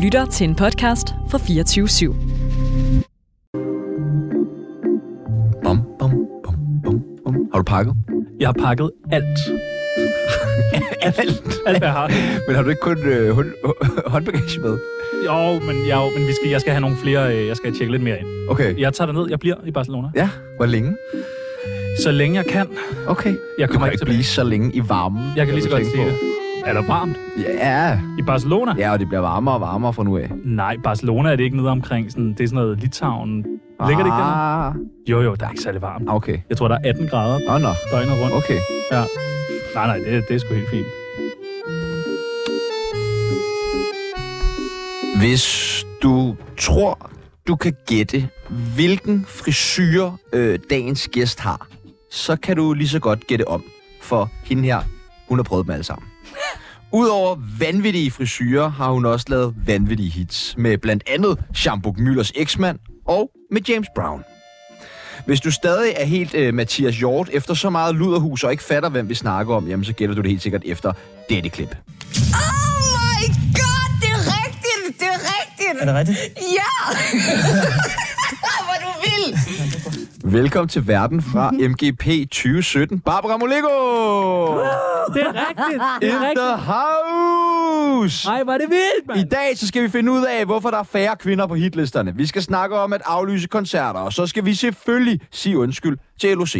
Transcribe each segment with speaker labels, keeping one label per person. Speaker 1: lytter til en podcast fra 24 /7.
Speaker 2: Bum, bum, bum, bum, bum. Har du pakket?
Speaker 3: Jeg har pakket alt.
Speaker 2: Alt.
Speaker 3: Alt, hvad jeg har.
Speaker 2: Men har du ikke kun øh, hånd, håndbagage med?
Speaker 3: Jo, men, jeg, men vi skal, jeg skal have nogle flere. øh, Jeg skal tjekke lidt mere ind.
Speaker 2: Okay.
Speaker 3: Jeg tager det ned. Jeg bliver i Barcelona.
Speaker 2: Ja, hvor længe?
Speaker 3: Så længe jeg kan.
Speaker 2: Okay.
Speaker 3: Jeg
Speaker 2: Du
Speaker 3: kommer
Speaker 2: kan
Speaker 3: ikke
Speaker 2: ikke
Speaker 3: tilbage.
Speaker 2: blive så længe i varmen.
Speaker 3: Jeg kan lige så
Speaker 2: du
Speaker 3: godt
Speaker 2: tænke
Speaker 3: sige
Speaker 2: på.
Speaker 3: det. Er der varmt?
Speaker 2: Ja.
Speaker 3: I Barcelona?
Speaker 2: Ja, og det bliver varmere og varmere fra nu af.
Speaker 3: Nej, Barcelona er det ikke nede omkring. Sådan, det er sådan noget Litauen. Ligger det ikke dernede?
Speaker 2: Ah,
Speaker 3: Jo, jo, der er ikke særlig varmt.
Speaker 2: Okay.
Speaker 3: Jeg tror, der er 18 grader
Speaker 2: Nå, nå.
Speaker 3: døgnet rundt.
Speaker 2: Okay.
Speaker 3: Ja. Nej, nej, det, det er sgu helt fint.
Speaker 2: Hvis du tror, du kan gætte, hvilken frisyr øh, dagens gæst har, så kan du lige så godt gætte om. For hende her, hun har prøvet dem alle sammen. Udover vanvittige frisyrer har hun også lavet vanvittige hits med blandt andet Shambuk Müllers eksmand og med James Brown. Hvis du stadig er helt øh, Mathias Hjort efter så meget luderhus og ikke fatter, hvem vi snakker om, jamen så gætter du det helt sikkert efter dette klip.
Speaker 4: Oh my god, det er rigtigt, det er rigtigt.
Speaker 5: Er det rigtigt?
Speaker 4: Ja! Hvor du vil.
Speaker 2: Velkommen til verden fra
Speaker 3: Mhm.
Speaker 2: MGP 2017. Barbara Molego!
Speaker 3: Det er rigtigt.
Speaker 2: In the house!
Speaker 3: Nej, var det vildt,
Speaker 2: I dag så skal vi finde ud af, hvorfor der er færre kvinder på hitlisterne. Vi skal snakke om at aflyse koncerter, og så skal vi selvfølgelig sige undskyld til LOC.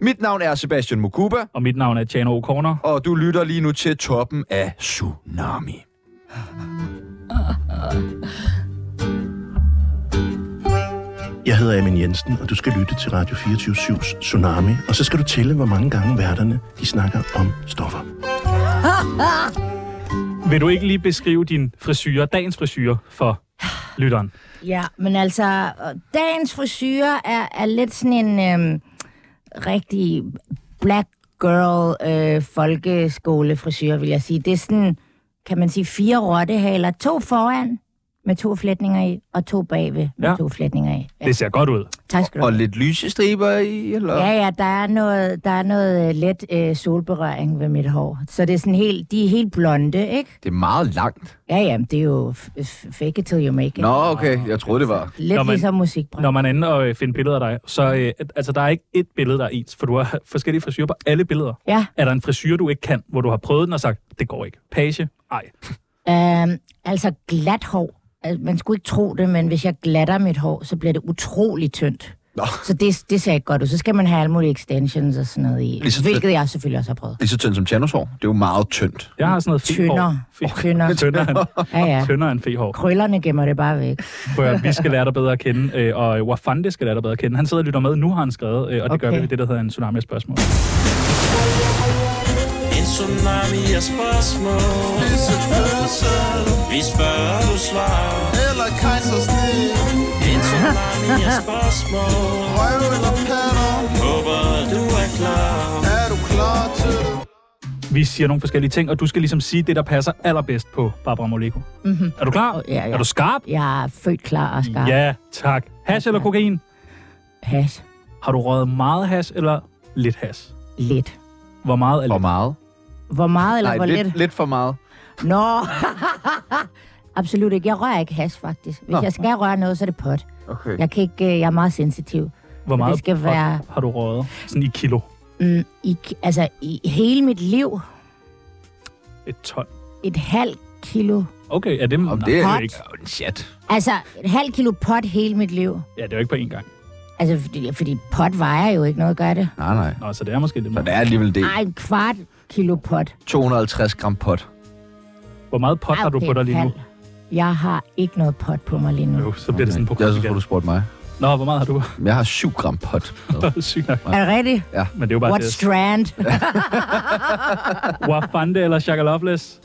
Speaker 2: Mit navn er Sebastian Mukuba,
Speaker 3: Og mit navn er Tjano O'Connor.
Speaker 2: og du lytter lige nu til toppen af Tsunami.
Speaker 6: Jeg hedder Amin Jensen, og du skal lytte til Radio 24-7's Tsunami. Og så skal du tælle, hvor mange gange værterne de snakker om stoffer.
Speaker 3: Vil du ikke lige beskrive din frisyr, dagens frisyr, for lytteren?
Speaker 4: Ja, men altså, dagens frisyr er, er lidt sådan en øhm, rigtig black girl øh, folkeskolefrisyr, vil jeg sige. Det er sådan, kan man sige, fire rottehaler. To foran med to flætninger i, og to bagved med
Speaker 3: Ja.
Speaker 4: ja. to flætninger i. Ja,
Speaker 3: Det ser godt ud.
Speaker 4: tak skal du
Speaker 2: Og
Speaker 4: have.
Speaker 2: lidt lysestriber i, eller?
Speaker 4: Ja, ja, der er noget, der er noget øh, let øh, solberøring ved mit hår. Så det er sådan helt, de er helt blonde, ikke?
Speaker 2: Det er meget langt.
Speaker 4: Ja, ja, men det er jo f- f- fake it till you make it.
Speaker 2: Nå, okay. Jeg troede, det var...
Speaker 4: Lidt
Speaker 3: Nå, men-
Speaker 4: ligesom musikbranchen.
Speaker 3: Når man er inde og øh, finder billeder af dig, så øh, altså, der er ikke et billede, der er ens, for du har forskellige frisyrer på alle billeder.
Speaker 4: Ja.
Speaker 3: Er der en frisyr, du ikke kan, hvor du har prøvet den og sagt, det går ikke? Page? Ej.
Speaker 4: Øhm, altså glat hår. Altså, Man skulle ikke tro det, men hvis jeg glatter mit hår, så bliver det utrolig tyndt.
Speaker 2: Nå.
Speaker 4: Så det, det ser ikke godt ud. Så skal man have alle mulige extensions og sådan noget i.
Speaker 2: Ligesom-
Speaker 4: hvilket jeg selvfølgelig også har prøvet.
Speaker 2: Lige så tynd som Tjanos hår. Det er jo meget tyndt.
Speaker 3: Jeg har sådan noget
Speaker 4: Tyndere.
Speaker 3: fehår.
Speaker 4: Tyndere.
Speaker 3: Tyndere.
Speaker 4: Ja, ja.
Speaker 3: Tyndere end fehår.
Speaker 4: Krøllerne gemmer det bare væk.
Speaker 3: Prøv at, høre, vi skal lære dig bedre at kende, øh, og øh, Wafande skal lære dig bedre at kende. Han sidder og lytter med, nu har han skrevet, øh, og det okay. gør vi
Speaker 4: Okay.
Speaker 3: ved det, der hedder en tsunami af spørgsmål.
Speaker 7: En tsunami af spørgsmål Vi spørger, du svarer
Speaker 8: Eller kejsersnit
Speaker 7: En tsunami af spørgsmål
Speaker 8: Røv eller patter
Speaker 7: Håber, du er klar
Speaker 8: Er du klar til det?
Speaker 3: Vi siger nogle forskellige ting, og du skal ligesom sige det, der passer allerbedst på Barbara Moleko. Mm-hmm. Er du klar?
Speaker 4: Mhm. Ja, ja.
Speaker 3: Er du skarp?
Speaker 4: Jeg er født klar og skarp.
Speaker 3: Ja, tak. Hash eller kokain?
Speaker 4: Pas.
Speaker 3: Har du røget meget hash eller lidt hash?
Speaker 4: Lidt.
Speaker 3: Hvor meget er
Speaker 2: Hvor
Speaker 3: lidt?
Speaker 2: meget?
Speaker 4: Hvor meget eller
Speaker 2: Nej,
Speaker 4: hvor lidt?
Speaker 2: lidt, lidt for meget.
Speaker 4: Nå, absolut ikke. Jeg rører ikke has, faktisk. Hvis
Speaker 2: Nå.
Speaker 4: jeg skal røre noget, så er det pot.
Speaker 2: Okay.
Speaker 4: Jeg, kan ikke, øh, jeg er meget sensitiv.
Speaker 3: Hvor
Speaker 4: det
Speaker 3: meget
Speaker 4: skal
Speaker 3: pot
Speaker 4: være-
Speaker 3: har du røget? Sådan i kilo.
Speaker 4: Mm, i, altså, i hele mit liv,
Speaker 3: Et ton.
Speaker 4: et halvt kilo.
Speaker 3: Okay, er det...
Speaker 2: Om
Speaker 3: nej,
Speaker 2: det er
Speaker 4: Hot.
Speaker 2: jo ikke jo, en chat.
Speaker 4: Altså, et halvt kilo pot hele mit liv.
Speaker 3: Ja, det er jo ikke på én gang.
Speaker 4: Altså, fordi, fordi pot vejer jo ikke noget, gør det?
Speaker 2: Nej, nej.
Speaker 3: Nå, så det er måske lidt
Speaker 2: Så
Speaker 3: meget.
Speaker 2: der er alligevel det.
Speaker 4: Ej, en kvart kilo pot.
Speaker 2: 250 gram pot.
Speaker 3: Hvor meget pot
Speaker 4: Ej,
Speaker 3: har du
Speaker 4: okay,
Speaker 3: på dig lige nu?
Speaker 4: halv. Jeg har ikke noget pot på mig lige nu.
Speaker 3: Jo, så bliver det sådan et
Speaker 2: Jeg
Speaker 3: program
Speaker 2: synes, du
Speaker 3: igen.
Speaker 2: spurgte mig.
Speaker 3: Nå, hvor meget har du?
Speaker 2: Men Jeg har 7 gram pot. med.
Speaker 3: Sygt nok.
Speaker 4: Er det rigtigt?
Speaker 3: Men det er jo bare
Speaker 4: What
Speaker 3: det.
Speaker 4: strand?
Speaker 3: Wafande eller Shaka Loveless?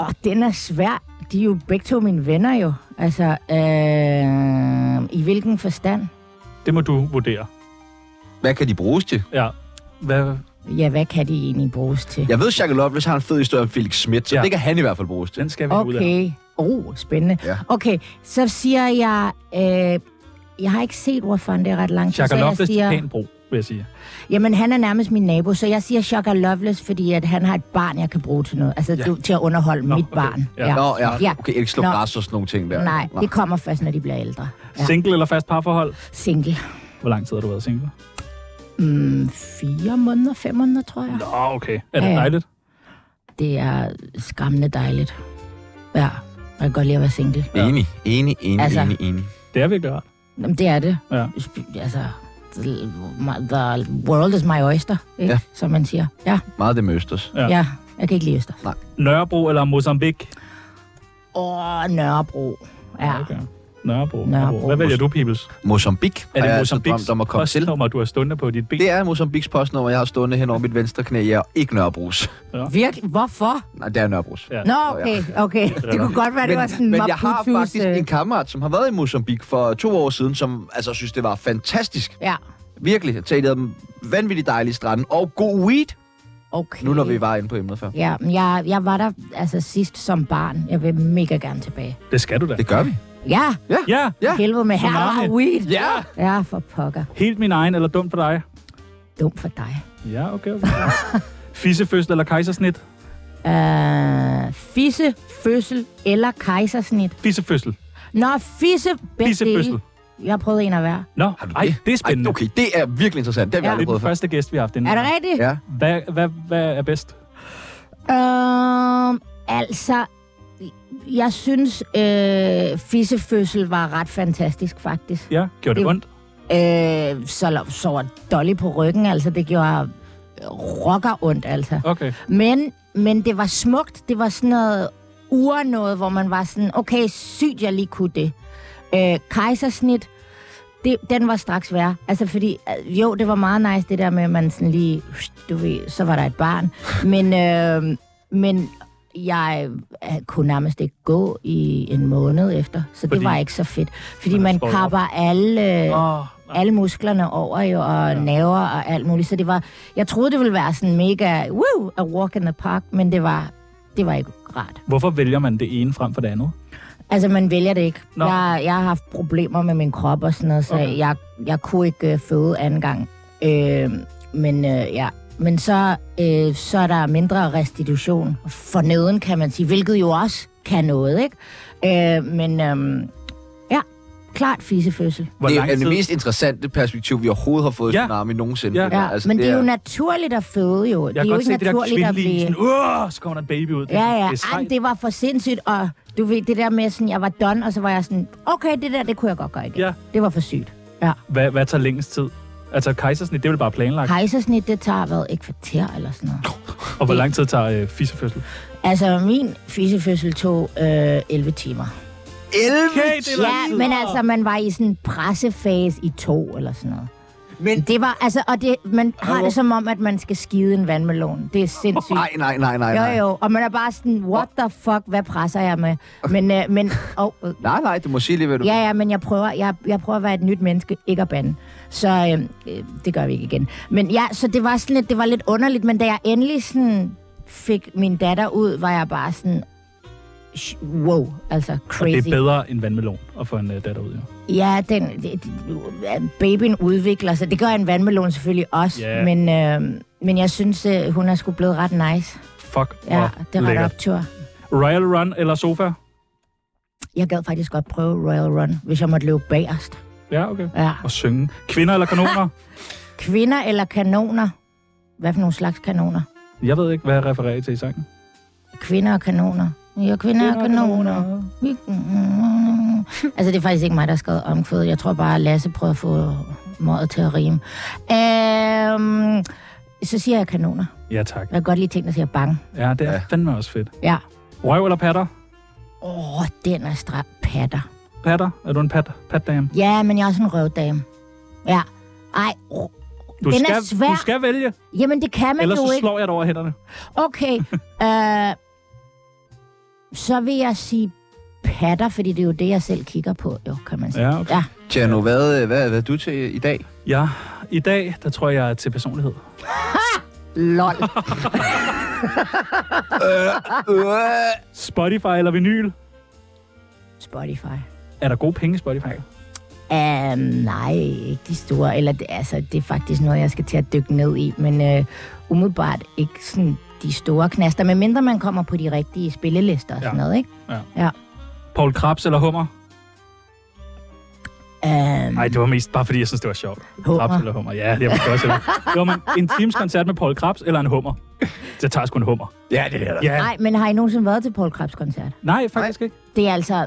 Speaker 4: Åh, den er svær. De er jo begge to mine venner jo. Altså, øh, i hvilken forstand?
Speaker 3: Det må du vurdere.
Speaker 2: Hvad kan de bruges til?
Speaker 3: Ja. Hvad?
Speaker 4: Ja, hvad kan de egentlig bruges til?
Speaker 2: Jeg ved, at Jacob Loveless har en fed historie om Felix Schmidt, så
Speaker 3: Ja.
Speaker 2: ja. det kan han i hvert fald bruges til.
Speaker 3: Den skal vi ud af.
Speaker 4: Okay. Oh, spændende.
Speaker 2: Ja.
Speaker 4: Okay, så siger jeg... Øh, jeg har ikke set Wafande ret lang tid,
Speaker 3: Shaka
Speaker 4: så jeg
Speaker 3: Loveless til
Speaker 4: siger...
Speaker 3: pæn brug, vil jeg sige.
Speaker 4: Jamen, han er nærmest min nabo, så jeg siger Shaka Loveless, fordi at han har et barn, jeg kan bruge til noget. Altså, ja. du, til at underholde
Speaker 3: Nå,
Speaker 4: Nå, mit
Speaker 3: okay.
Speaker 4: barn.
Speaker 3: Ja.
Speaker 2: Nå, ja.
Speaker 4: Ja.
Speaker 2: Okay, ikke slå
Speaker 4: Nå.
Speaker 2: græs og sådan nogle ting der.
Speaker 4: Nej, det kommer først, når de bliver ældre.
Speaker 3: Ja.
Speaker 4: Ja.
Speaker 3: Single eller fast parforhold?
Speaker 4: Single.
Speaker 3: Hvor lang tid har du været single?
Speaker 4: Mm, fire måneder, fem måneder, tror jeg.
Speaker 3: Nå, okay. Er det
Speaker 4: Ja, ja.
Speaker 3: dejligt?
Speaker 4: Det er skræmmende dejligt. Ja, jeg kan godt lide at være single.
Speaker 2: Ja. Enig, enig, enig, altså.
Speaker 4: Altså.
Speaker 2: enig, enig.
Speaker 3: Det er virkelig rart.
Speaker 4: Jamen, det er det.
Speaker 3: Ja.
Speaker 4: Sp- Altså, the- my- the world is my oyster, ikke?
Speaker 2: Ja.
Speaker 4: Ja. som man siger. Ja,
Speaker 2: Meget det møsters.
Speaker 3: Ja.
Speaker 4: ja. ja. Jeg kan ikke lide øster.
Speaker 3: Nørrebro eller Mozambique?
Speaker 4: Åh, Nørrebro. Ja.
Speaker 3: Okay. Nørrebro. Nørrebro.
Speaker 4: Nørrebro.
Speaker 3: Hvad vælger du, Peoples?
Speaker 2: Mozambique
Speaker 3: Er
Speaker 2: har
Speaker 3: det
Speaker 2: jeg altså
Speaker 3: Mozambiques
Speaker 2: drømt om at komme til.
Speaker 3: postnummer, du har stundet på dit ben?
Speaker 2: Det er Mozambiques postnummer, jeg har stående hen over mit venstre knæ. Jeg er ikke Nørrebros.
Speaker 4: Virkelig? Hvorfor?
Speaker 2: Nej, det er Nørrebros.
Speaker 3: Ja.
Speaker 4: Nå, okay, okay. Det kunne godt være, det var sådan
Speaker 2: men,
Speaker 4: en
Speaker 2: men jeg har
Speaker 4: Maputus,
Speaker 2: faktisk
Speaker 4: øh,
Speaker 2: en kammerat, som har været i Mozambique for to år siden, som altså synes, det var fantastisk.
Speaker 4: Ja,
Speaker 2: Virkelig. Jeg talte dem vanvittigt dejlige stranden og god weed.
Speaker 4: okay.
Speaker 2: Nu når vi var inde på emnet før.
Speaker 4: Ja, men jeg, jeg var der altså sidst som barn. Jeg vil mega gerne tilbage.
Speaker 3: Det skal du da.
Speaker 2: Det gør vi.
Speaker 4: Ja,
Speaker 3: Ja,
Speaker 2: Ja.
Speaker 4: helvede med her
Speaker 3: Tsunami.
Speaker 4: og weed.
Speaker 2: Ja!
Speaker 4: Ja, for pokker.
Speaker 3: helt min egen eller dumt for dig?
Speaker 4: Dum for dig.
Speaker 3: Ja, okay. okay. Fissefødsel eller kejsersnit?
Speaker 4: Øh, fisse, fødsel eller kejsersnit.
Speaker 3: Fissefødsel.
Speaker 4: Nå, fisse, begge
Speaker 3: Fissefødsel.
Speaker 4: dele. Jeg har prøvet en af hver.
Speaker 3: Nå,
Speaker 2: Har du
Speaker 3: ej, det er spændende.
Speaker 2: Ej, okay, det er virkelig interessant. Det har vi
Speaker 4: Ja.
Speaker 2: aldrig
Speaker 3: Det er
Speaker 2: prøvet
Speaker 3: den
Speaker 2: før.
Speaker 3: første gæst, vi har haft inden.
Speaker 4: Er det rigtigt?
Speaker 2: Ja.
Speaker 3: Hvad, hvad, hvad er bedst?
Speaker 4: Øhm, altså, jeg synes, øh, fissefødsel var ret fantastisk, faktisk.
Speaker 3: Ja, gjorde det
Speaker 4: Det-
Speaker 3: ondt?
Speaker 4: Øh, så lå- så var Dolly på ryggen, altså, det gjorde øh, rocker ondt, altså.
Speaker 3: Okay.
Speaker 4: Men, men det var smukt. Det var sådan noget ur noget, hvor man var sådan, okay, sygt, jeg lige kunne det. Øh, kejsersnit, det, den var straks værre. Altså fordi, øh, jo, det var meget nice, det der med, at man sådan lige, du ved, så var der et barn. Men, øh, men jeg øh, kunne nærmest ikke gå i en måned efter, så
Speaker 3: Fordi-
Speaker 4: det var ikke så fedt. Fordi
Speaker 3: Man
Speaker 4: man
Speaker 3: står op.
Speaker 4: kapper alle... Øh,
Speaker 3: Åh,
Speaker 4: alle musklerne over jo, og ja. naver og alt muligt. Så det var, jeg troede, det ville være sådan mega, woo, a walk in the park, men det var, det var ikke rart.
Speaker 3: Hvorfor vælger man det ene frem for det andet?
Speaker 4: Altså, man vælger det ikke.
Speaker 3: Nå.
Speaker 4: Jeg, jeg har haft problemer med min krop og sådan noget, så
Speaker 3: Okay.
Speaker 4: okay. jeg, jeg kunne ikke øh, føde anden gang. Øh, men øh, ja, men så, øh, så er der mindre restitution for neden, kan man sige, hvilket jo også kan noget, ikke? Øh, men øh, ja, klart fisefødsel.
Speaker 3: Hvor
Speaker 2: det
Speaker 3: lang
Speaker 2: er det
Speaker 3: tid?
Speaker 2: mest interessante perspektiv, vi overhovedet har fået
Speaker 3: Ja.
Speaker 2: ja. tsunami nogensinde.
Speaker 3: Ja.
Speaker 2: Det der.
Speaker 4: Ja, altså, men det er jo
Speaker 2: er-
Speaker 4: naturligt at føde, jo. det
Speaker 3: Jeg kan
Speaker 4: er jo
Speaker 3: godt
Speaker 4: ikke
Speaker 3: se det der
Speaker 4: naturligt at
Speaker 3: kvindelige,
Speaker 4: blive...
Speaker 3: sådan, Åh, så kommer der en baby ud. Det er
Speaker 4: Ja,
Speaker 3: sådan-
Speaker 4: ja.
Speaker 3: Det er
Speaker 4: Ej,
Speaker 3: sejt.
Speaker 4: det var for sindssygt, og du ved, det der med, sådan, jeg var done, og så var jeg sådan, okay, det der, det kunne jeg godt gøre igen.
Speaker 3: Ja.
Speaker 4: Det var for sygt. Ja.
Speaker 3: Hvad, hvad tager længst tid? Altså, kejsersnit, det er vel bare planlagt.
Speaker 4: Kejsersnit, det tager hvad, et kvarter eller sådan noget.
Speaker 3: Og hvor lang tid tager øh, fissefødsel?
Speaker 4: Altså, min fisefødsel tog øh, 11 timer.
Speaker 2: 11!
Speaker 3: Okay, det er lang
Speaker 4: Ja,
Speaker 3: tid.
Speaker 4: men altså, man var i sådan en pressefase i to eller sådan noget.
Speaker 2: Men-
Speaker 4: det var, altså, og det, man har
Speaker 2: Hallo?
Speaker 4: det som om, at man skal skide en vandmelon. Det er sindssygt.
Speaker 2: Nej, nej, nej, nej, nej.
Speaker 4: Jo, jo, og man er bare sådan, what the fuck, hvad presser jeg med? Men, øh, men og, øh,
Speaker 2: Nej, nej, du må sige lige, hvad du...
Speaker 4: ja, ja, men jeg prøver, jeg, jeg prøver at være et nyt menneske, ikke at bande. Så øh, øh, det gør vi ikke igen. Men ja, så det var sådan lidt, det var lidt underligt, men da jeg endelig sådan fik min datter ud, var jeg bare sådan, sh- wow, altså
Speaker 3: Og det
Speaker 4: crazy.
Speaker 3: er bedre end vandmelon at få en øh, datter ud, jo.
Speaker 4: Ja, den, det- det- babyen udvikler sig. Det gør en vandmelon selvfølgelig også,
Speaker 3: Ja.
Speaker 4: men, øh, men jeg synes, øh, hun er sgu blevet ret nice.
Speaker 3: Fuck,
Speaker 4: Ja,
Speaker 3: hvor
Speaker 4: det er ret
Speaker 3: lækkert.
Speaker 4: optur.
Speaker 3: Royal Run eller sofa?
Speaker 4: Jeg gad faktisk godt prøve Royal Run, hvis jeg måtte løbe bagerst.
Speaker 3: Ja, okay.
Speaker 4: Ja.
Speaker 3: Og synge. Kvinder eller kanoner?
Speaker 4: Kvinder eller kanoner? Hvad for nogle slags kanoner?
Speaker 3: Jeg ved ikke, hvad jeg refererer til i sangen.
Speaker 4: Kvinder og kanoner. Ja, kvinder og kanoner. Vi- Altså, det er faktisk ikke mig, der har skrevet omkvædet. Jeg tror bare, at Lasse prøver at få mådet til at rime. Øhm, så siger jeg kanoner.
Speaker 3: Ja, tak.
Speaker 4: Jeg kan godt lide ting, der siger bang.
Speaker 3: Ja, det er
Speaker 2: Ja.
Speaker 3: fandme også fedt.
Speaker 4: Ja.
Speaker 3: Røv eller patter?
Speaker 4: Åh, oh, den er stram. Patter.
Speaker 3: Patter? Er du en pat, patdame?
Speaker 4: Ja, men jeg er også en røvdame. Ja. Ej, r-
Speaker 3: Du
Speaker 4: den
Speaker 3: skal,
Speaker 4: er svær.
Speaker 3: Du skal vælge,
Speaker 4: Jamen, det kan man
Speaker 3: ellers
Speaker 4: jo
Speaker 3: så
Speaker 4: ikke.
Speaker 3: slår jeg dig over hænderne.
Speaker 4: Okay. øh, så vil jeg sige patter, fordi det er jo det, jeg selv kigger på, jo, kan man sige.
Speaker 3: Ja, okay.
Speaker 4: Ja.
Speaker 2: Tjerno, hvad, øh, hvad, hvad er du til i dag?
Speaker 3: Ja, i dag, der tror jeg, jeg er til personlighed.
Speaker 4: Lol.
Speaker 3: Spotify eller vinyl?
Speaker 2: Øh.
Speaker 4: Spotify.
Speaker 3: Er der gode penge i Spotify?
Speaker 4: Um, nej, ikke de store. Eller det, altså, det er faktisk noget, jeg skal til at dykke ned i. Men øh, umiddelbart ikke sådan de store knaster, medmindre man kommer på de rigtige spillelister og sådan
Speaker 3: Ja.
Speaker 4: noget, ikke?
Speaker 3: Paul Krabs eller hummer?
Speaker 4: Um,
Speaker 3: Nej, det var mest bare fordi, jeg synes, det var sjovt. Krabs eller hummer? Ja, det var måske også. Det var man, en times koncert med Paul Krabs eller en hummer? Så tager jeg sgu en hummer.
Speaker 2: Ja, det er det.
Speaker 3: Ja.
Speaker 4: nej, men har I nogensinde været til Paul Krabs koncert?
Speaker 3: Nej, faktisk ikke.
Speaker 4: Det er altså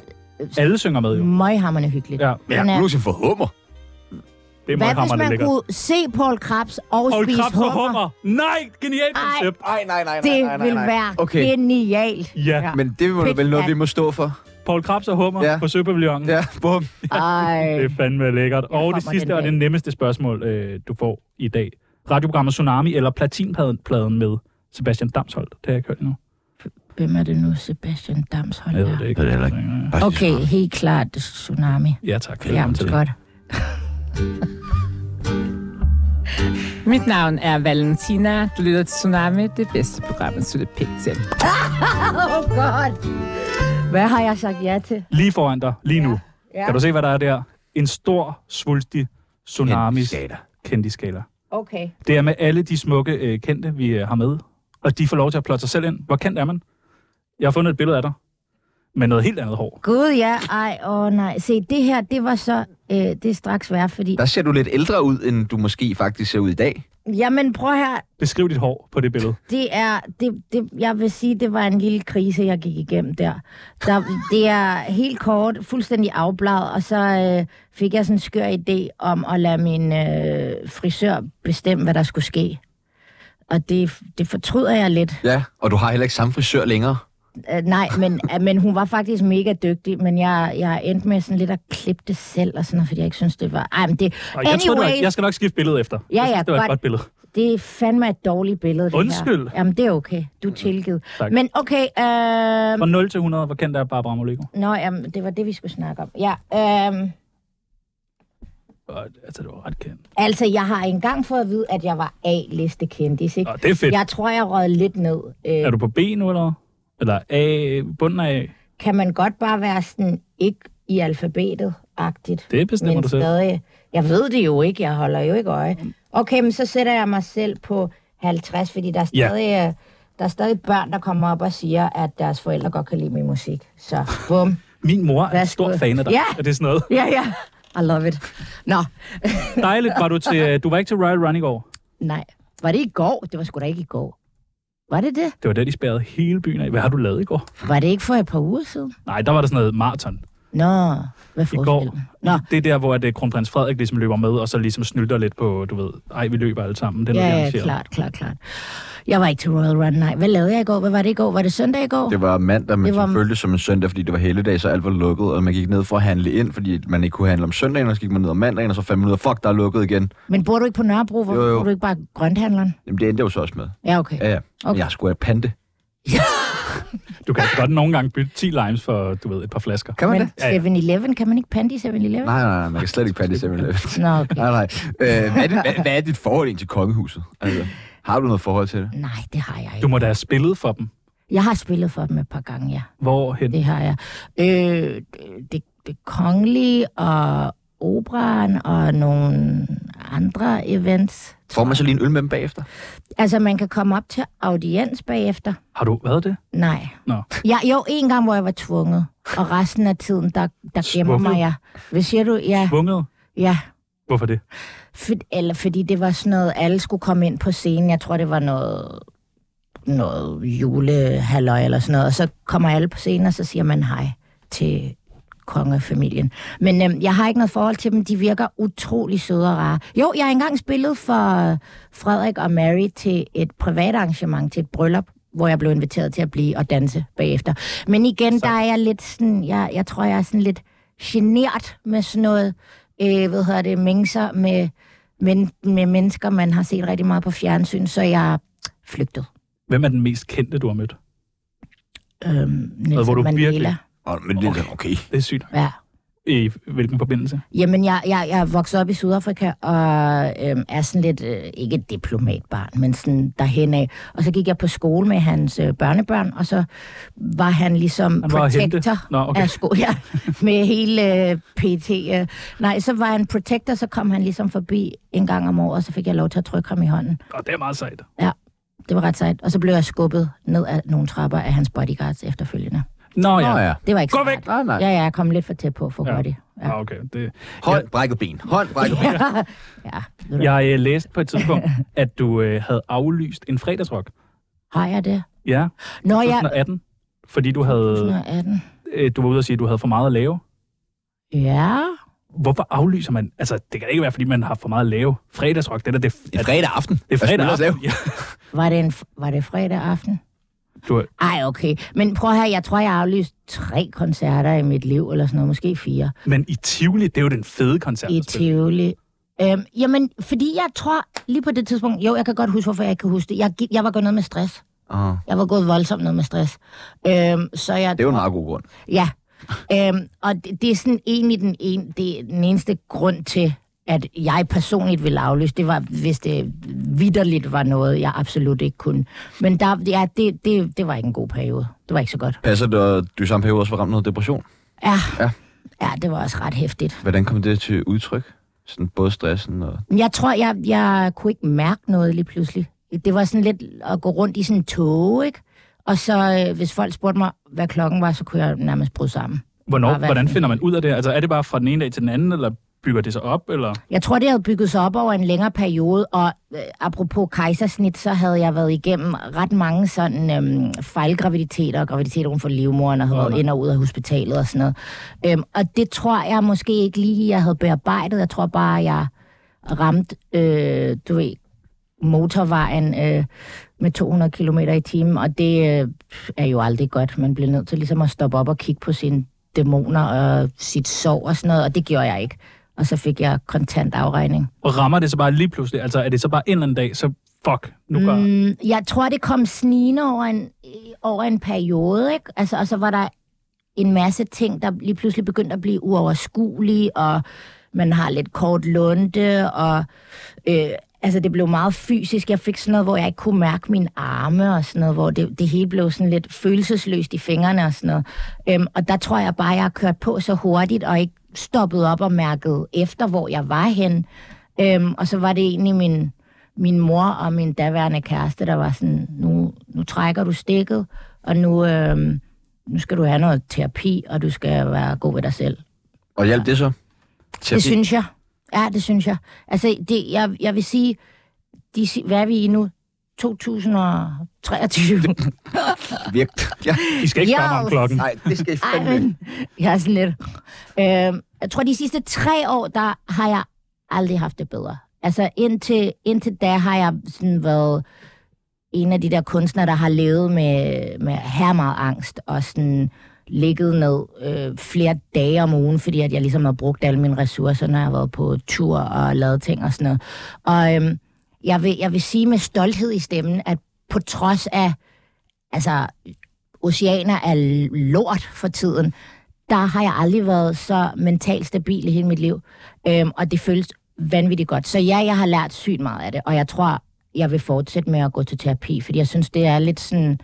Speaker 3: Alle synger med jo.
Speaker 4: Mm. møghammerende hyggeligt.
Speaker 3: Ja,
Speaker 2: Men jeg
Speaker 4: Den er-
Speaker 2: har nogensinde for hummer.
Speaker 3: det er
Speaker 4: Hvad hvis
Speaker 3: møghamrende
Speaker 4: man
Speaker 3: lækkert.
Speaker 4: kunne se Paul Krabs og
Speaker 3: Paul
Speaker 4: spise
Speaker 3: Krabs og hummer. Nej, genialt
Speaker 4: Ej.
Speaker 3: koncept.
Speaker 2: Nej, nej, nej,
Speaker 4: Det vil være
Speaker 2: Okay.
Speaker 4: genialt.
Speaker 3: Ja,
Speaker 4: Ja.
Speaker 2: Men det må vel noget,
Speaker 4: Ja.
Speaker 2: vi må stå for.
Speaker 3: Paul Krabs og hummer
Speaker 2: Ja.
Speaker 3: ja. på Søpavillonen.
Speaker 2: Ja, bum.
Speaker 3: Det
Speaker 4: Ej.
Speaker 3: er fandme lækkert. Og det
Speaker 4: Jeg kommer den
Speaker 3: sidste og
Speaker 4: dag.
Speaker 3: det nemmeste spørgsmål, øh, du får i dag. Radioprogrammet Tsunami eller Platinpladen pladen med Sebastian Damsholdt. Det har jeg ikke hørt endnu.
Speaker 4: Hvem er det nu, Sebastian Damsholm?
Speaker 3: Jeg ved det ikke.
Speaker 2: Det er heller ikke.
Speaker 4: Okay, helt klart Tsunami.
Speaker 3: Ja, tak.
Speaker 4: Ja,
Speaker 3: Velkommen til.
Speaker 4: godt.
Speaker 5: Mit navn er Valentina. Du lytter til Tsunami, det bedste program, at slutte pænt til.
Speaker 4: Åh, oh, godt. Hvad har jeg sagt ja til?
Speaker 3: Lige foran dig, lige nu.
Speaker 4: Ja.
Speaker 3: Kan du se, hvad der er der? En stor, svulstig tsunami
Speaker 2: Kandidater.
Speaker 3: kendiskala.
Speaker 4: Okay.
Speaker 3: Det er med alle de smukke øh, kendte, vi øh, har med. Og de får lov til at plotte sig selv ind. Hvor kendt er man? Jeg har fundet et billede af dig. Med noget helt andet hår.
Speaker 4: Gud, ja. Ej, åh oh, nej. Se, det her, det var så... Øh, det er straks værd, fordi...
Speaker 2: Der ser du lidt ældre ud, end du måske faktisk ser ud i dag.
Speaker 4: Jamen, prøv her.
Speaker 3: Beskriv dit hår på det billede.
Speaker 4: Det er... Det, det, jeg vil sige, det var en lille krise, jeg gik igennem der. der det er helt kort, fuldstændig afbladet, og så øh, fik jeg sådan en skør idé om at lade min øh, frisør bestemme, hvad der skulle ske. Og det, det fortryder jeg lidt.
Speaker 2: Ja, og du har heller ikke samme frisør længere.
Speaker 4: Øh, nej, men, øh, men hun var faktisk mega dygtig, men jeg, jeg endte med sådan lidt at klippe det selv, og sådan noget, fordi jeg ikke synes, det var... Ej, men det,
Speaker 3: Og jeg, tror, det var,
Speaker 4: Anyways.
Speaker 3: jeg skal nok skifte billedet efter.
Speaker 4: Ja,
Speaker 3: jeg
Speaker 4: ja,
Speaker 3: synes, det var
Speaker 4: godt.
Speaker 3: et godt billede.
Speaker 4: det er fandme et dårligt billede, det
Speaker 3: Undskyld.
Speaker 4: her. Jamen, det er okay. Du er tilgivet.
Speaker 3: Tak.
Speaker 4: Men okay, øh...
Speaker 3: Fra 0 til 100, hvor kendt er Barbara Moleko?
Speaker 4: Nå, jamen, det var det, vi skulle snakke om. Ja, øh...
Speaker 3: Og, altså, det var ret kendt.
Speaker 4: Altså, jeg har engang fået at vide, at jeg var A-liste kendis, ikke?
Speaker 3: Nå, det er fedt. Ja.
Speaker 4: Jeg tror, jeg rød lidt ned.
Speaker 3: Er
Speaker 4: Øh,
Speaker 3: du på B nu, eller? Eller A, bunden af A?
Speaker 4: kan man godt bare være sådan ikke i alfabetet-agtigt?
Speaker 3: Det bestemmer
Speaker 4: men
Speaker 3: du selv. Mm.
Speaker 4: stadig. Jeg ved det jo ikke, jeg holder jo ikke øje. Okay, men så sætter jeg mig selv på 50, fordi der er
Speaker 3: Ja.
Speaker 4: stadig, øh, der er stadig børn, der kommer op og siger, at deres forældre godt kan lide min musik. Så bum.
Speaker 3: Min mor er en
Speaker 4: Værsgo.
Speaker 3: stor fan af dig.
Speaker 4: Ja.
Speaker 3: Er det sådan noget?
Speaker 4: ja, ja. I love it. Nå,
Speaker 3: Dejligt. Var du, til, øh, du var ikke til Royal Run i går?
Speaker 4: nej. Var det i går? Det var sgu da ikke i går. Var det det?
Speaker 3: Det var der, de spærrede hele byen af. Hvad har du lavet i går?
Speaker 4: Var det ikke for et par uger siden?
Speaker 3: Nej, der var der sådan noget maraton
Speaker 4: Nå, hvad
Speaker 3: i
Speaker 4: forskellen?
Speaker 3: går.
Speaker 4: Nå,
Speaker 3: Det er der, hvor at, øh, kronprins Frederik ligesom løber med, og så ligesom snylter lidt på, du ved, ej, vi løber alle sammen. Det er noget, de
Speaker 4: ja, ja,
Speaker 3: arrangerer.
Speaker 4: klart, klart, klart. Jeg var ikke til Royal Run, nej. Hvad lavede jeg i går? Hvad var det i går? Var det søndag i går?
Speaker 2: Det var mandag, men
Speaker 4: Det
Speaker 2: det
Speaker 4: var-
Speaker 2: var... som føltes som en søndag, fordi det var helligdag, så alt var lukket, og man gik ned for at handle ind, fordi man ikke kunne handle om søndagen, og så gik man ned om mandagen, og så fandt man ud af, fuck, der er lukket igen.
Speaker 4: Men bor du ikke på Nørrebro? Hvorfor
Speaker 2: Jo, jo.
Speaker 4: bor du ikke bare grønthandleren?
Speaker 2: Jamen, det endte jeg jo så også med.
Speaker 4: Ja, okay.
Speaker 2: Ja, ja.
Speaker 4: Okay.
Speaker 2: Okay. Jeg skulle have pante.
Speaker 3: Du kan altså godt nogle gange bytte 10 limes for, du ved, et par flasker.
Speaker 2: Kan man
Speaker 4: Men
Speaker 2: det?
Speaker 3: Ja, ja.
Speaker 4: 7-Eleven, kan man ikke pande i 7-Eleven?
Speaker 2: Nej, nej, nej, man kan slet ikke pante i 7 Nej,
Speaker 4: Nå, okay.
Speaker 2: nej. Øh, hvad, er det, hvad, hvad er dit forhold egentlig til kongehuset? Altså, har du noget forhold til det?
Speaker 4: Nej, det har jeg
Speaker 3: Du
Speaker 4: ikke.
Speaker 3: må da have spillet for dem.
Speaker 4: Jeg har spillet for dem et par gange, ja.
Speaker 3: Hvorhen?
Speaker 4: Det har jeg. Øh, det, det kongelige og operan og nogle andre events.
Speaker 2: Får man så lige en øl med dem bagefter?
Speaker 4: Altså, man kan komme op til audiens bagefter.
Speaker 3: Har du været det?
Speaker 4: Nej.
Speaker 3: Nå.
Speaker 4: Ja, jo, en gang, hvor jeg var tvunget. Og resten af tiden, der, der gemmer mig
Speaker 3: Tvunget?
Speaker 4: jeg. Hvad siger du? Ja,
Speaker 3: Vunget?
Speaker 4: ja.
Speaker 3: Hvorfor det?
Speaker 4: For, eller fordi det var sådan noget, alle skulle komme ind på scenen. Jeg tror, det var noget, noget julehalløj eller sådan noget. Og så kommer alle på scenen, og så siger man hej til kongefamilien. Men øhm, jeg har ikke noget forhold til dem. De virker utrolig søde og rare. Jo, jeg har engang spillet for øh, Frederik og Mary til et privat arrangement, til et bryllup, hvor jeg blev inviteret til at blive og danse bagefter. Men igen, så. der er jeg lidt sådan, jeg, jeg tror, jeg er sådan lidt genert med sådan noget, øh, hvad hedder det, mængser med, men, med mennesker, man har set rigtig meget på fjernsyn, så jeg er flygtet.
Speaker 3: Hvem er den mest kendte, du har mødt?
Speaker 4: Øhm, Nelson
Speaker 3: hvor du
Speaker 4: Mandela.
Speaker 3: virkelig-
Speaker 2: Oh, men det er okay.
Speaker 3: Det er sygt.
Speaker 4: Ja.
Speaker 3: I hvilken forbindelse?
Speaker 4: Jamen, jeg, jeg, jeg er vokset op i Sydafrika og øhm, er sådan lidt, øh, ikke et diplomatbarn, men sådan derhen af. Og så gik jeg på skole med hans øh, børnebørn, og så var han ligesom
Speaker 3: Han var at hente.
Speaker 4: protector
Speaker 3: Nå, okay.
Speaker 4: af sko- ja, med hele øh, PT. Øh. Nej, så var han protector, så kom han ligesom forbi en gang om året, og så fik jeg lov til at trykke ham i hånden.
Speaker 3: Og det er meget sejt.
Speaker 4: Det var ret sejt. Og så blev jeg skubbet ned af nogle trapper af hans bodyguards efterfølgende.
Speaker 3: Nå ja.
Speaker 2: Nå ja.
Speaker 4: Det var ikke
Speaker 3: Gå
Speaker 4: så
Speaker 3: væk!
Speaker 4: rart.
Speaker 2: Nej, nej.
Speaker 4: Ja, ja, jeg kom lidt for tæt på for
Speaker 3: Ja.
Speaker 4: hurtigt. Ja.
Speaker 3: Ah, okay. Det,
Speaker 2: Hånd, brækket ben. Hånd, brækket ben.
Speaker 4: ja. ved du-
Speaker 3: jeg øh, læste på et tidspunkt, at du øh, havde aflyst en fredagsrock.
Speaker 4: Har jeg det?
Speaker 3: Ja,
Speaker 4: Nå, jeg...
Speaker 3: 2018. Fordi du, havde,
Speaker 4: 2018.
Speaker 3: øh, du var ude og sige, at du havde for meget at lave.
Speaker 4: Ja.
Speaker 3: Hvorfor aflyser man? Altså, det kan ikke være, fordi man har for meget at lave. Fredagsrock, det er da det,
Speaker 2: Det er fredag aften.
Speaker 3: det er
Speaker 2: Hvad skulle
Speaker 3: fredag.
Speaker 2: man ellers lave?
Speaker 3: aften. Ja.
Speaker 4: Var det, en, var det fredag aften?
Speaker 3: Du,
Speaker 4: Ej, okay. Men prøv her, jeg tror, jeg har aflyst tre koncerter i mit liv, eller sådan noget, måske fire,
Speaker 3: men i Tivoli, det er jo den fede koncert.
Speaker 4: i
Speaker 3: at spille.
Speaker 4: Tivoli. Øhm, jamen, fordi jeg tror, lige på det tidspunkt, jo, jeg kan godt huske, hvorfor jeg ikke kan huske det. Jeg, gik- jeg var gået noget med stress.
Speaker 2: Ah,
Speaker 4: Jeg var gået voldsomt noget med stress. Øhm, så jeg
Speaker 2: det er jo
Speaker 4: tror-
Speaker 2: en meget god grund.
Speaker 4: Ja, øhm, og det, det er sådan egentlig den, en, det er den eneste grund til, at jeg personligt ville aflyse. Det var, hvis det vidderligt var noget, jeg absolut ikke kunne. Men der, ja, det, det, det var ikke en god periode. Det var ikke så godt.
Speaker 2: Passer det, at du i samme periode også var ramt af noget depression?
Speaker 4: Ja,
Speaker 2: Ja.
Speaker 4: ja. ja det var også ret hæftigt.
Speaker 2: Hvordan kom det til udtryk? Sådan både stressen og...
Speaker 4: Men Jeg tror, jeg, jeg kunne ikke mærke noget lige pludselig. Det var sådan lidt at gå rundt i sådan en tog, ikke? Og så, øh, hvis folk spurgte mig, hvad klokken var, så kunne jeg nærmest bryde sammen.
Speaker 3: Hvornår,
Speaker 4: Bare hvad-
Speaker 3: hvordan finder man ud af det? Altså, er det bare fra den ene dag til den anden, eller bygger det sig op? Eller?
Speaker 4: Jeg tror, det havde bygget sig op over en længere periode, og øh, apropos kejsersnit, så havde jeg været igennem ret mange sådan øh, fejlgraviditeter, og graviditeter uden for livmoderen, og havde været ind og ud af hospitalet og sådan noget. Øhm, og det tror jeg måske ikke lige, jeg havde bearbejdet. Jeg tror bare, jeg ramte, øh, du ved, motorvejen øh, med 200 km i timen, og det øh, er jo aldrig godt. Man bliver nødt til ligesom at stoppe op og kigge på sine dæmoner og sit sorg og sådan noget, og det gjorde jeg ikke. Og så fik jeg kontant afregning.
Speaker 3: Og rammer det så bare lige pludselig? Altså, er det så bare en eller anden dag, så fuck, nu gør mm.
Speaker 4: Mm, jeg tror, det kom snigende over en, øh, over en periode, ikke? Altså, og så var der en masse ting, der lige pludselig begyndte at blive uoverskuelige, og man har lidt kort lunte, og øh, altså, det blev meget fysisk. Jeg fik sådan noget, hvor jeg ikke kunne mærke mine arme og sådan noget, hvor det, det hele blev sådan lidt følelsesløst i fingrene og sådan noget. Øhm, og der tror jeg bare, jeg har kørt på så hurtigt, og ikke stoppet op og mærket efter, hvor jeg var hen. Øhm, og så var det egentlig min, min mor og min daværende kæreste, der var sådan, nu, nu trækker du stikket, og nu, øhm, nu skal du have noget terapi, og du skal være god ved dig selv.
Speaker 2: Og hjalp det så?
Speaker 4: Det synes jeg. Ja, det synes jeg. Altså, det, jeg, jeg vil sige, de, si- hvad er vi i nu? 2023.
Speaker 2: Virkt. Ja.
Speaker 3: I skal ikke spørge mig om
Speaker 4: Mm, Ja.
Speaker 3: klokken.
Speaker 2: Nej, det skal I
Speaker 4: Ej,
Speaker 2: fandme ikke.
Speaker 4: men jeg er sådan lidt... Øh, jeg tror, de sidste tre år, der har jeg aldrig haft det bedre. Altså indtil, indtil da har jeg sådan været en af de der kunstnere, der har levet med, med her meget angst, og sådan ligget ned øh, flere dage om ugen, fordi at jeg ligesom har brugt alle mine ressourcer, når jeg har været på tur og lavet ting og sådan noget. Og øhm, jeg, vil, jeg vil sige med stolthed i stemmen, at på trods af altså, oceaner er lort for tiden, der har jeg aldrig været så mentalt stabil i hele mit liv. Øhm, og det føles vanvittigt godt. Så ja, jeg har lært sygt meget af det, og jeg tror, jeg vil fortsætte med at gå til terapi, fordi jeg synes, det er lidt sådan,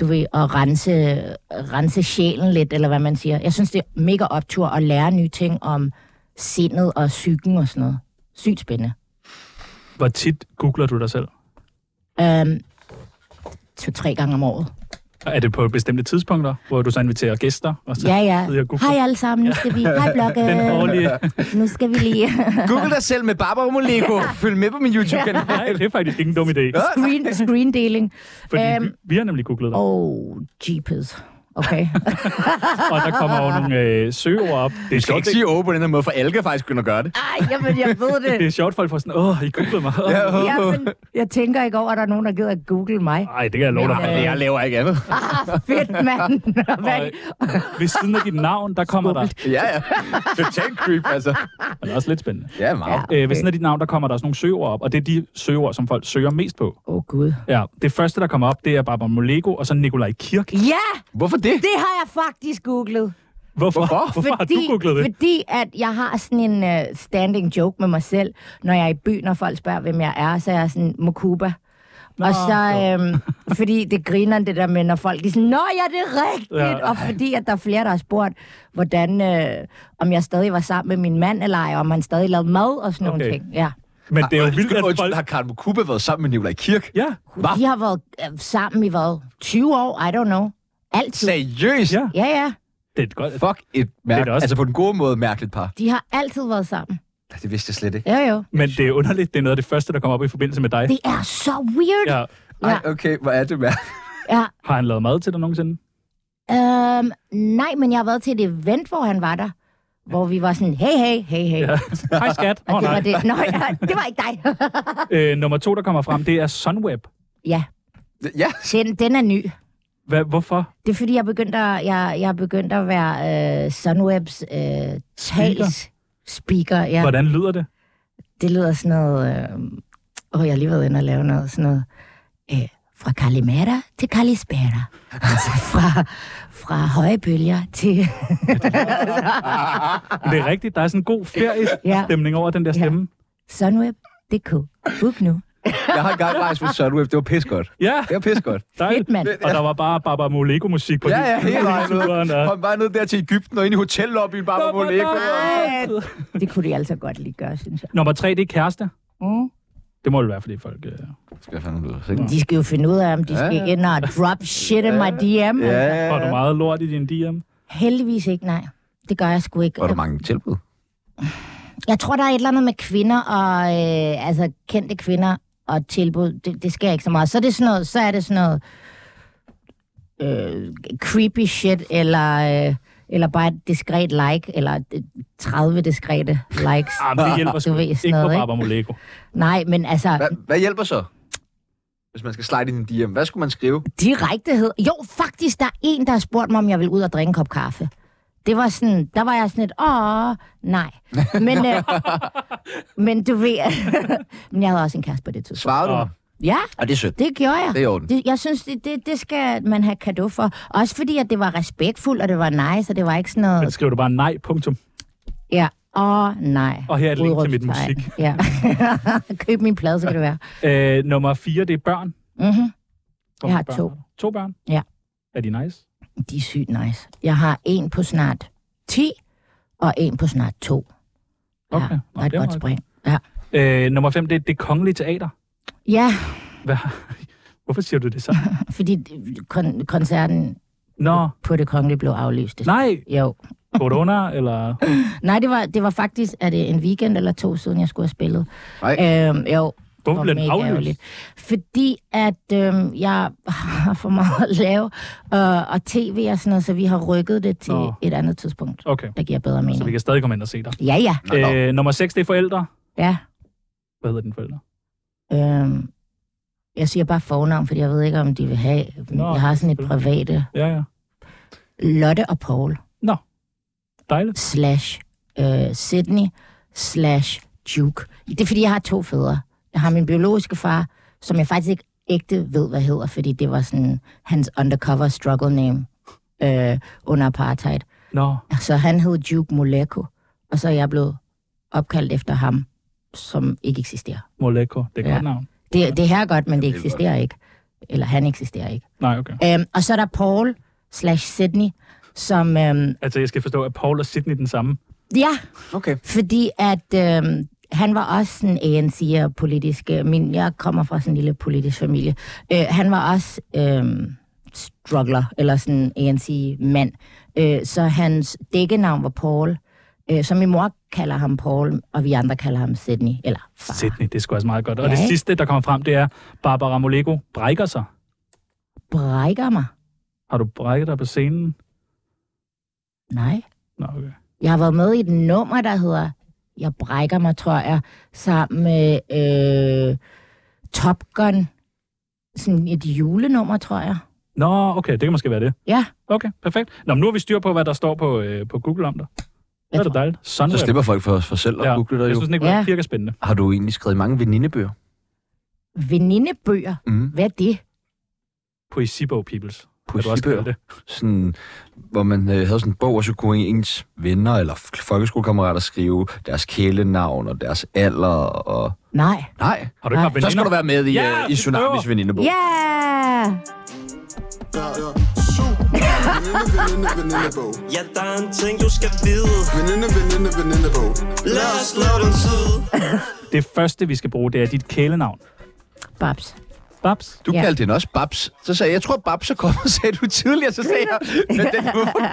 Speaker 4: du ved, at rense, rense sjælen lidt, eller hvad man siger. Jeg synes, det er mega optur at lære nye ting om sindet og psyken og sådan noget. Sygt spændende.
Speaker 3: Hvor tit googler du dig selv?
Speaker 4: Øhm, To-tre gange om året.
Speaker 3: Og Er det på bestemte tidspunkter, hvor du så inviterer gæster? Og så
Speaker 4: Ja, ja.
Speaker 3: sidder jeg og googler?
Speaker 4: Hej alle sammen, nu skal vi... Hej blogge.
Speaker 3: Den årlige...
Speaker 4: Nu skal vi lige...
Speaker 2: Google dig selv med Barbara Moleko. Følg med på min YouTube-kanal.
Speaker 3: Nej, det er faktisk ikke en dum idé.
Speaker 4: Screen, screen-deling.
Speaker 3: Fordi
Speaker 4: Øhm.
Speaker 3: vi, vi har nemlig googlet dig.
Speaker 4: Oh, jeepers. Okay.
Speaker 3: Og der kommer jo nogle øh, søgeord op. Det er
Speaker 2: Du skal
Speaker 3: sjovt,
Speaker 2: ikke sige åh på den her måde, for alle kan faktisk begynde at gøre det.
Speaker 4: Ej, jamen, jeg ved
Speaker 3: det er
Speaker 4: det.
Speaker 3: sjovt, folk får sådan, åh, I googlede mig. Åh.
Speaker 2: åh.
Speaker 4: Jamen, jeg tænker ikke over, at der er nogen, der gider at google mig.
Speaker 3: Ej, det kan jeg love dig.
Speaker 4: Ja.
Speaker 2: Men jeg laver ikke andet.
Speaker 4: Fedt, mand.
Speaker 3: Og,
Speaker 4: Hvad?
Speaker 3: øh, ved siden af dit navn, der kommer der...
Speaker 2: Ja, ja. Total creep, altså.
Speaker 3: Og det er også lidt spændende.
Speaker 2: Ja, meget.
Speaker 4: Ja.
Speaker 3: Okay. Øh, ved siden af dit navn, der kommer der også nogle søgeord op, og det er de søgeord, som folk søger mest på.
Speaker 4: Åh, oh, Gud.
Speaker 3: Ja, det første, der kommer op, det er Barbara Molego, og så Nikolaj Kirk.
Speaker 4: Ja,
Speaker 2: Hvorfor det?
Speaker 4: det har jeg faktisk googlet.
Speaker 3: Hvorfor? Hvorfor, Hvorfor har du googlet det?
Speaker 4: Fordi at jeg har sådan en uh, standing joke med mig selv, når jeg er i byen, og folk spørger, hvem jeg er, så er jeg sådan, Mokuba. Og så, øhm, fordi det griner det der med, når folk de er sådan, Nå ja, det er rigtigt!
Speaker 3: Ja.
Speaker 4: Ja. Og fordi at der er flere, der har spurgt, hvordan, øh, om jeg stadig var sammen med min mand, eller ej, om han stadig lavede mad og sådan okay.
Speaker 3: Okay.
Speaker 4: nogle ting. Ja.
Speaker 3: Men det er jo vildt,
Speaker 2: Undskyld,
Speaker 3: at
Speaker 2: undskyld,
Speaker 3: folk...
Speaker 2: har Karen Mokuba været sammen med Nikolaj Kirk?
Speaker 3: Ja,
Speaker 2: Hva?
Speaker 4: De har været øh, sammen i hvad? 20 år? I don't know. Altid.
Speaker 2: Seriøst?
Speaker 3: Ja.
Speaker 4: Ja, ja.
Speaker 3: det er et godt...
Speaker 2: Fuck et
Speaker 3: Det er det
Speaker 2: mærke.
Speaker 3: også.
Speaker 2: Altså på den gode måde mærkeligt par.
Speaker 4: De har altid været sammen.
Speaker 2: Det vidste jeg slet ikke.
Speaker 4: Jo, jo.
Speaker 3: Men det er underligt, det er noget af det første, der kommer op i forbindelse med dig.
Speaker 4: Det er så weird.
Speaker 3: Ja.
Speaker 2: Ej, okay, hvor er det mærkeligt.
Speaker 4: ja.
Speaker 3: Har han lavet mad til dig nogensinde?
Speaker 4: Øhm, nej, men jeg har været til et event, hvor han var der. Hvor vi var sådan, hey, hey, hey, hey.
Speaker 3: Ja. Hej skat.
Speaker 4: Og
Speaker 3: Åh oh,
Speaker 4: det
Speaker 3: nej.
Speaker 4: var det. Nå, ja, det var ikke dig.
Speaker 3: Øh, nummer to, der kommer frem, det er Sunweb.
Speaker 4: ja,
Speaker 2: Ja,
Speaker 4: den, den er ny.
Speaker 3: Hva, hvorfor?
Speaker 4: Det er fordi, jeg begyndte at, jeg, jeg begyndte at være øh, Sunwebs øh, tals speaker. Ja.
Speaker 3: Hvordan lyder det?
Speaker 4: Det lyder sådan noget... Øh, åh, jeg har lige været inde og lave noget sådan noget... Øh, fra Kalimera til Kalispera. altså fra, fra høje bølger til...
Speaker 3: Men det er rigtigt, der er sådan en god feriestemning over den der stemme.
Speaker 4: Sunweb.dk. Book nu.
Speaker 2: jeg har engang rejst med Sunweb. Det var pissegodt.
Speaker 3: Ja,
Speaker 2: Det var pissegodt.
Speaker 3: dejligt.
Speaker 4: Fedt, mand.
Speaker 3: Og der var bare Barbara Molego-musik på
Speaker 2: Ja,
Speaker 3: hele-
Speaker 2: ja, hele vejen
Speaker 3: turen,
Speaker 2: ned.
Speaker 3: ja.
Speaker 2: Kom bare ned der til Ægypten og ind i hotellobbyen bare med Moleko.
Speaker 4: Det kunne de altså godt lige gøre, synes jeg.
Speaker 3: Nummer tre, det er kæreste.
Speaker 4: Mm.
Speaker 3: Det må det være, fordi folk... Øh...
Speaker 2: Skal jeg fandme ud? Sikkert.
Speaker 4: De skal jo finde ud af, om de
Speaker 2: Ja,
Speaker 4: skal
Speaker 2: ja.
Speaker 4: ind og drop shit in my DM. Altså.
Speaker 2: Ja,
Speaker 3: Får du meget lort i din Ah, DM?
Speaker 4: Heldigvis ikke, nej. Det gør jeg sgu ikke.
Speaker 2: var der mange tilbud.
Speaker 4: Jeg tror, der er et eller andet med kvinder og øh, altså kendte kvinder og tilbud. Det, det sker ikke så meget. Så er det sådan noget, så er det sådan noget øh, creepy shit, eller, øh, eller bare et diskret like, eller øh, 30 diskrete likes.
Speaker 3: Ah, men det hjælper sgu
Speaker 4: Du ved,
Speaker 3: ikke
Speaker 4: sådan
Speaker 3: på
Speaker 4: noget, ikke?
Speaker 3: Barbara Molego.
Speaker 4: Nej, men altså,
Speaker 2: Hva, hvad hjælper så? Hvis man skal slide ind i en DM, hvad skulle man skrive?
Speaker 4: direktehed. Jo, faktisk, der er en, der har spurgt mig, om jeg vil ud og drikke en kop kaffe. Det var sådan, der var jeg sådan lidt, åh, nej. Men, øh, men du ved, men jeg havde også en kæreste på det tidspunkt.
Speaker 2: Svarede du?
Speaker 3: Åh.
Speaker 2: ham?
Speaker 4: Ja,
Speaker 2: Og det er sødt.
Speaker 4: det gjorde jeg.
Speaker 2: Det er i orden.
Speaker 4: Det, jeg synes, det, det, det skal man have kado for. Også fordi, at det var respektfuldt, og det var nice, og det var ikke sådan
Speaker 3: Men
Speaker 4: noget...
Speaker 3: skriver du bare nej, punktum.
Speaker 4: Ja, åh nej.
Speaker 3: Og her er et link til mit
Speaker 4: Udråbstegn.
Speaker 3: musik.
Speaker 4: Ja. Køb min plade, så kan det være.
Speaker 3: Øh, nummer fire, det er børn.
Speaker 4: Mm-hmm.
Speaker 3: Hvor
Speaker 4: Jeg
Speaker 3: mange
Speaker 4: har
Speaker 3: børn
Speaker 4: to.
Speaker 3: du? To børn?
Speaker 4: Ja.
Speaker 3: Er de nice?
Speaker 4: De er sygt nice. Jeg har en på snart 10, og en på snart 2.
Speaker 3: Okay.
Speaker 4: Ja,
Speaker 3: Nå,
Speaker 4: og et
Speaker 3: det er
Speaker 4: godt
Speaker 3: meget
Speaker 4: spring. Ja.
Speaker 3: Øh, nummer fem, det er det kongelige teater.
Speaker 4: ja,
Speaker 3: Hvad? Hvorfor siger du det så?
Speaker 4: fordi øh, kon- koncerten
Speaker 3: Nå,
Speaker 4: på det kongelige blev aflyst.
Speaker 3: nej,
Speaker 4: Jo.
Speaker 3: corona, eller...
Speaker 4: Nej, det var, det var faktisk, er det en weekend eller to siden, jeg skulle have spillet.
Speaker 2: Nej.
Speaker 4: Øhm, jo,
Speaker 3: Hvorfor blev den
Speaker 4: mega
Speaker 3: aflyst?
Speaker 4: ærgerligt. Fordi at øhm, jeg har for meget at lave, øh, og tv og sådan noget, så vi har rykket det til
Speaker 3: Nå.
Speaker 4: Nå. et andet tidspunkt,
Speaker 3: Okay,
Speaker 4: der giver bedre
Speaker 3: så vi
Speaker 4: mening.
Speaker 3: kan stadig komme ind og se dig.
Speaker 4: Ja, ja,
Speaker 2: Nå, nå.
Speaker 3: Øh, nummer 6, det er forældre.
Speaker 4: ja.
Speaker 3: Hvad hedder din forældre?
Speaker 4: Øhm, jeg siger bare fornavn, fordi jeg ved ikke, om de vil have...
Speaker 3: Nå,
Speaker 4: Nå, jeg har sådan et
Speaker 3: selvfølgelig.
Speaker 4: private...
Speaker 3: Ja, ja.
Speaker 4: Lotte og Paul
Speaker 3: Dejligt.
Speaker 4: slash øh, Sydney slash Duke. Det er, fordi jeg har to fædre. Jeg har min biologiske far, som jeg faktisk ikke ægte ved, hvad hedder, fordi det var sådan hans undercover struggle name øh, under apartheid.
Speaker 3: Nå,
Speaker 4: Så han hed Duke Moleko, og så er jeg blevet opkaldt efter ham, som ikke eksisterer.
Speaker 3: Moleko. Det er et
Speaker 4: Ja.
Speaker 3: godt navn.
Speaker 4: Det, det her er godt, men det eksisterer ikke. Eller han eksisterer ikke.
Speaker 3: Nej, okay.
Speaker 4: Øhm, og så er der Paul slash Sydney, som... Øhm,
Speaker 3: Altså, jeg skal forstå, at Paul og Sydney er den samme.
Speaker 4: ja,
Speaker 2: Okay.
Speaker 4: Fordi at øh, han var også sådan ANC'er politisk. øh, Min, jeg kommer fra sådan en lille politisk familie. Øh, han var også øh, struggler, eller sådan ANC-mand. Øh, så hans dækkenavn var Paul. Øh, så min mor kalder ham Paul, og vi andre kalder ham Sydney. Eller far.
Speaker 3: Sydney, det er sgu også meget godt. Og
Speaker 4: Ja,
Speaker 3: det
Speaker 4: ikke?
Speaker 3: sidste, der kommer frem, det er, Barbara Moleko brækker sig.
Speaker 4: Brækker mig?
Speaker 3: Har du brækket dig på scenen?
Speaker 4: Nej.
Speaker 3: Nå, okay.
Speaker 4: Jeg har været med i et nummer, der hedder Jeg brækker mig, tror jeg, sammen med øh, Top Gun. Sådan et julenummer, tror jeg.
Speaker 3: Nå, okay, det kan måske være det.
Speaker 4: Ja.
Speaker 3: Okay, perfekt. Nå, men nu har vi styr på, hvad der står på, øh, på Google om dig. Det er det dejligt. Sådan
Speaker 2: Så slipper folk for, for selv at
Speaker 3: Ja.
Speaker 2: ja. google dig
Speaker 3: Jeg
Speaker 2: jo.
Speaker 3: synes, Nicolai
Speaker 4: Ja.
Speaker 3: Kirk er spændende.
Speaker 2: Har du egentlig skrevet mange venindebøger?
Speaker 4: Venindebøger.
Speaker 2: Mm.
Speaker 4: Hvad er det?
Speaker 3: Poesibog Peoples. hvad du også kalder
Speaker 2: poesibøger,
Speaker 3: det.
Speaker 2: sådan, hvor man øh, havde sådan en bog, og så kunne ens venner eller f- folkeskolekammerater skrive deres kælenavn og deres alder. Og...
Speaker 4: Nej.
Speaker 2: Nej,
Speaker 3: Har du ikke haft
Speaker 2: så skal
Speaker 3: veninder?
Speaker 2: du være med i,
Speaker 3: Ja,
Speaker 2: ja, øh, i
Speaker 3: det
Speaker 2: Tsunamis
Speaker 3: prøver.
Speaker 2: venindebog.
Speaker 4: Ja! Yeah!
Speaker 8: Ja, ja. Syv. Veninde, veninde, venindebog.
Speaker 7: Ja, der er en ting, du skal vide.
Speaker 8: Veninde, veninde, venindebog.
Speaker 7: Lad os slå den tid.
Speaker 3: Det første, vi skal bruge, det er dit kælenavn.
Speaker 4: Babs.
Speaker 3: Babs.
Speaker 2: Du
Speaker 4: Ja.
Speaker 2: ja. kaldte hende også Babs. Så sagde jeg, jeg tror Babs er kommet, sagde du tidligere. Så sagde jeg, men den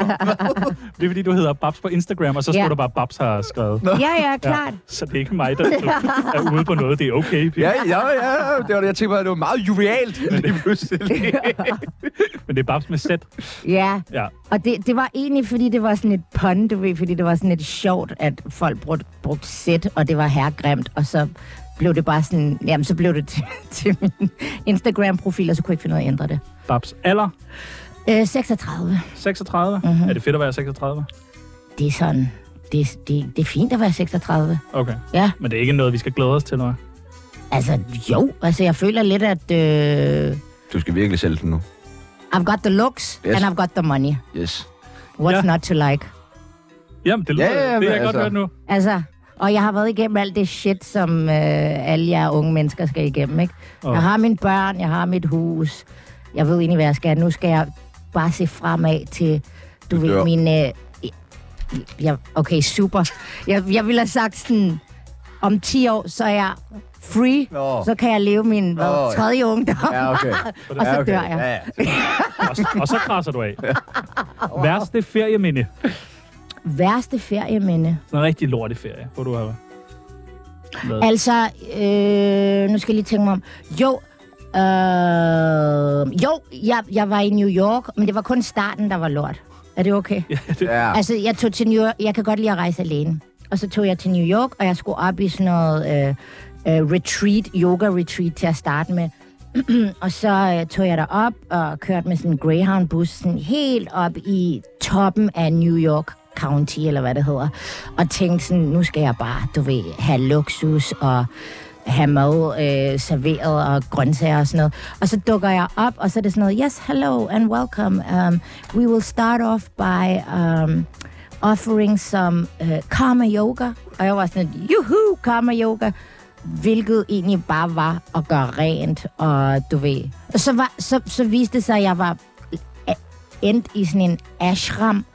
Speaker 3: Det er fordi, du hedder Babs på Instagram, og så står
Speaker 4: Ja.
Speaker 3: der bare, Babs har skrevet.
Speaker 4: Ja, ja, klart.
Speaker 3: Så det er ikke mig, der er ude på noget. Det er okay.
Speaker 2: Ja, ja, ja. Det var det, jeg tænkte mig, det var meget jovialt lige pludselig.
Speaker 3: Men det er Babs med sæt.
Speaker 4: Ja.
Speaker 3: Ja.
Speaker 4: Og det, det var egentlig, fordi det var sådan et pun, du ved, fordi det var sådan lidt sjovt, at folk brugte, brugte sæt, og det var herregrimt, og så blev det bare sådan, jamen så blev det til, til min Instagram-profil, og så kunne jeg ikke finde ud af at ændre det.
Speaker 3: Babs alder,
Speaker 4: Øh, 36.
Speaker 3: 36.
Speaker 4: Mhm.
Speaker 3: Mm-hmm. Er det fedt at være 36?
Speaker 4: Det er sådan, det, det, det er fint at være 36.
Speaker 3: Okay.
Speaker 4: Ja,
Speaker 3: Men det er ikke noget, vi skal glæde os til, noget.
Speaker 4: altså jo, altså jeg føler lidt, at øh,
Speaker 2: Du skal virkelig sælge den nu.
Speaker 4: I've got the looks, yes.
Speaker 2: Yes.
Speaker 4: and I've got the money.
Speaker 2: Yes.
Speaker 4: What's
Speaker 3: Ja.
Speaker 4: yeah. not to like?
Speaker 3: Jamen, det lyder,
Speaker 2: Ja, ja,
Speaker 3: det er jeg
Speaker 2: men
Speaker 3: godt
Speaker 2: altså-
Speaker 3: hørt nu.
Speaker 4: Altså, og jeg har været igennem alt det shit, som øh, alle jer unge mennesker skal igennem, ikke?
Speaker 3: Åh.
Speaker 4: Oh. Jeg har mine børn, jeg har mit hus. Jeg ved egentlig, hvad jeg skal. Nu skal jeg bare se fremad til, du
Speaker 2: Du
Speaker 4: ved,
Speaker 2: dør.
Speaker 4: min... Øh, jeg, okay, super. Jeg, jeg ville have sagt sådan, om 10 år, så er jeg free.
Speaker 2: Nå.
Speaker 4: Så kan jeg leve min hvad,
Speaker 2: Nå, ja.
Speaker 4: tredje ungdom.
Speaker 2: Ja, okay.
Speaker 4: Og så
Speaker 2: ja, okay.
Speaker 4: dør jeg.
Speaker 2: Ja, ja.
Speaker 3: Og, s- og så krasser du af. Værste ferieminde.
Speaker 4: Værste ferieminde.
Speaker 3: Sådan en rigtig lortig ferie, hvor du har været.
Speaker 4: Altså, øh, nu skal jeg lige tænke mig om. Jo, øh, jo jeg, jeg var i New York, men det var kun starten, der var lort. Er det okay? Ja.
Speaker 2: ja.
Speaker 4: Altså, jeg tog til New York. Jeg kan godt lide at rejse alene. Og så tog jeg til New York, og jeg skulle op i sådan noget øh, øh, retreat, yoga-retreat til at starte med. og så øh, tog jeg derop og kørte med sådan en Greyhound-bus sådan helt op i toppen af New York County, eller hvad det hedder. Og tænkte sådan, nu skal jeg bare, du ved, have luksus og have mad øh, serveret og grøntsager og sådan noget. Og så dukker jeg op, og så er det sådan noget, yes, hello and welcome. Um, we will start off by um, offering some uh, karma yoga. Og jeg var sådan, juhu, karma yoga. Hvilket egentlig bare var at gøre rent, og du ved. Og så, var, så, så viste det sig, at jeg var endte i sådan en ashram,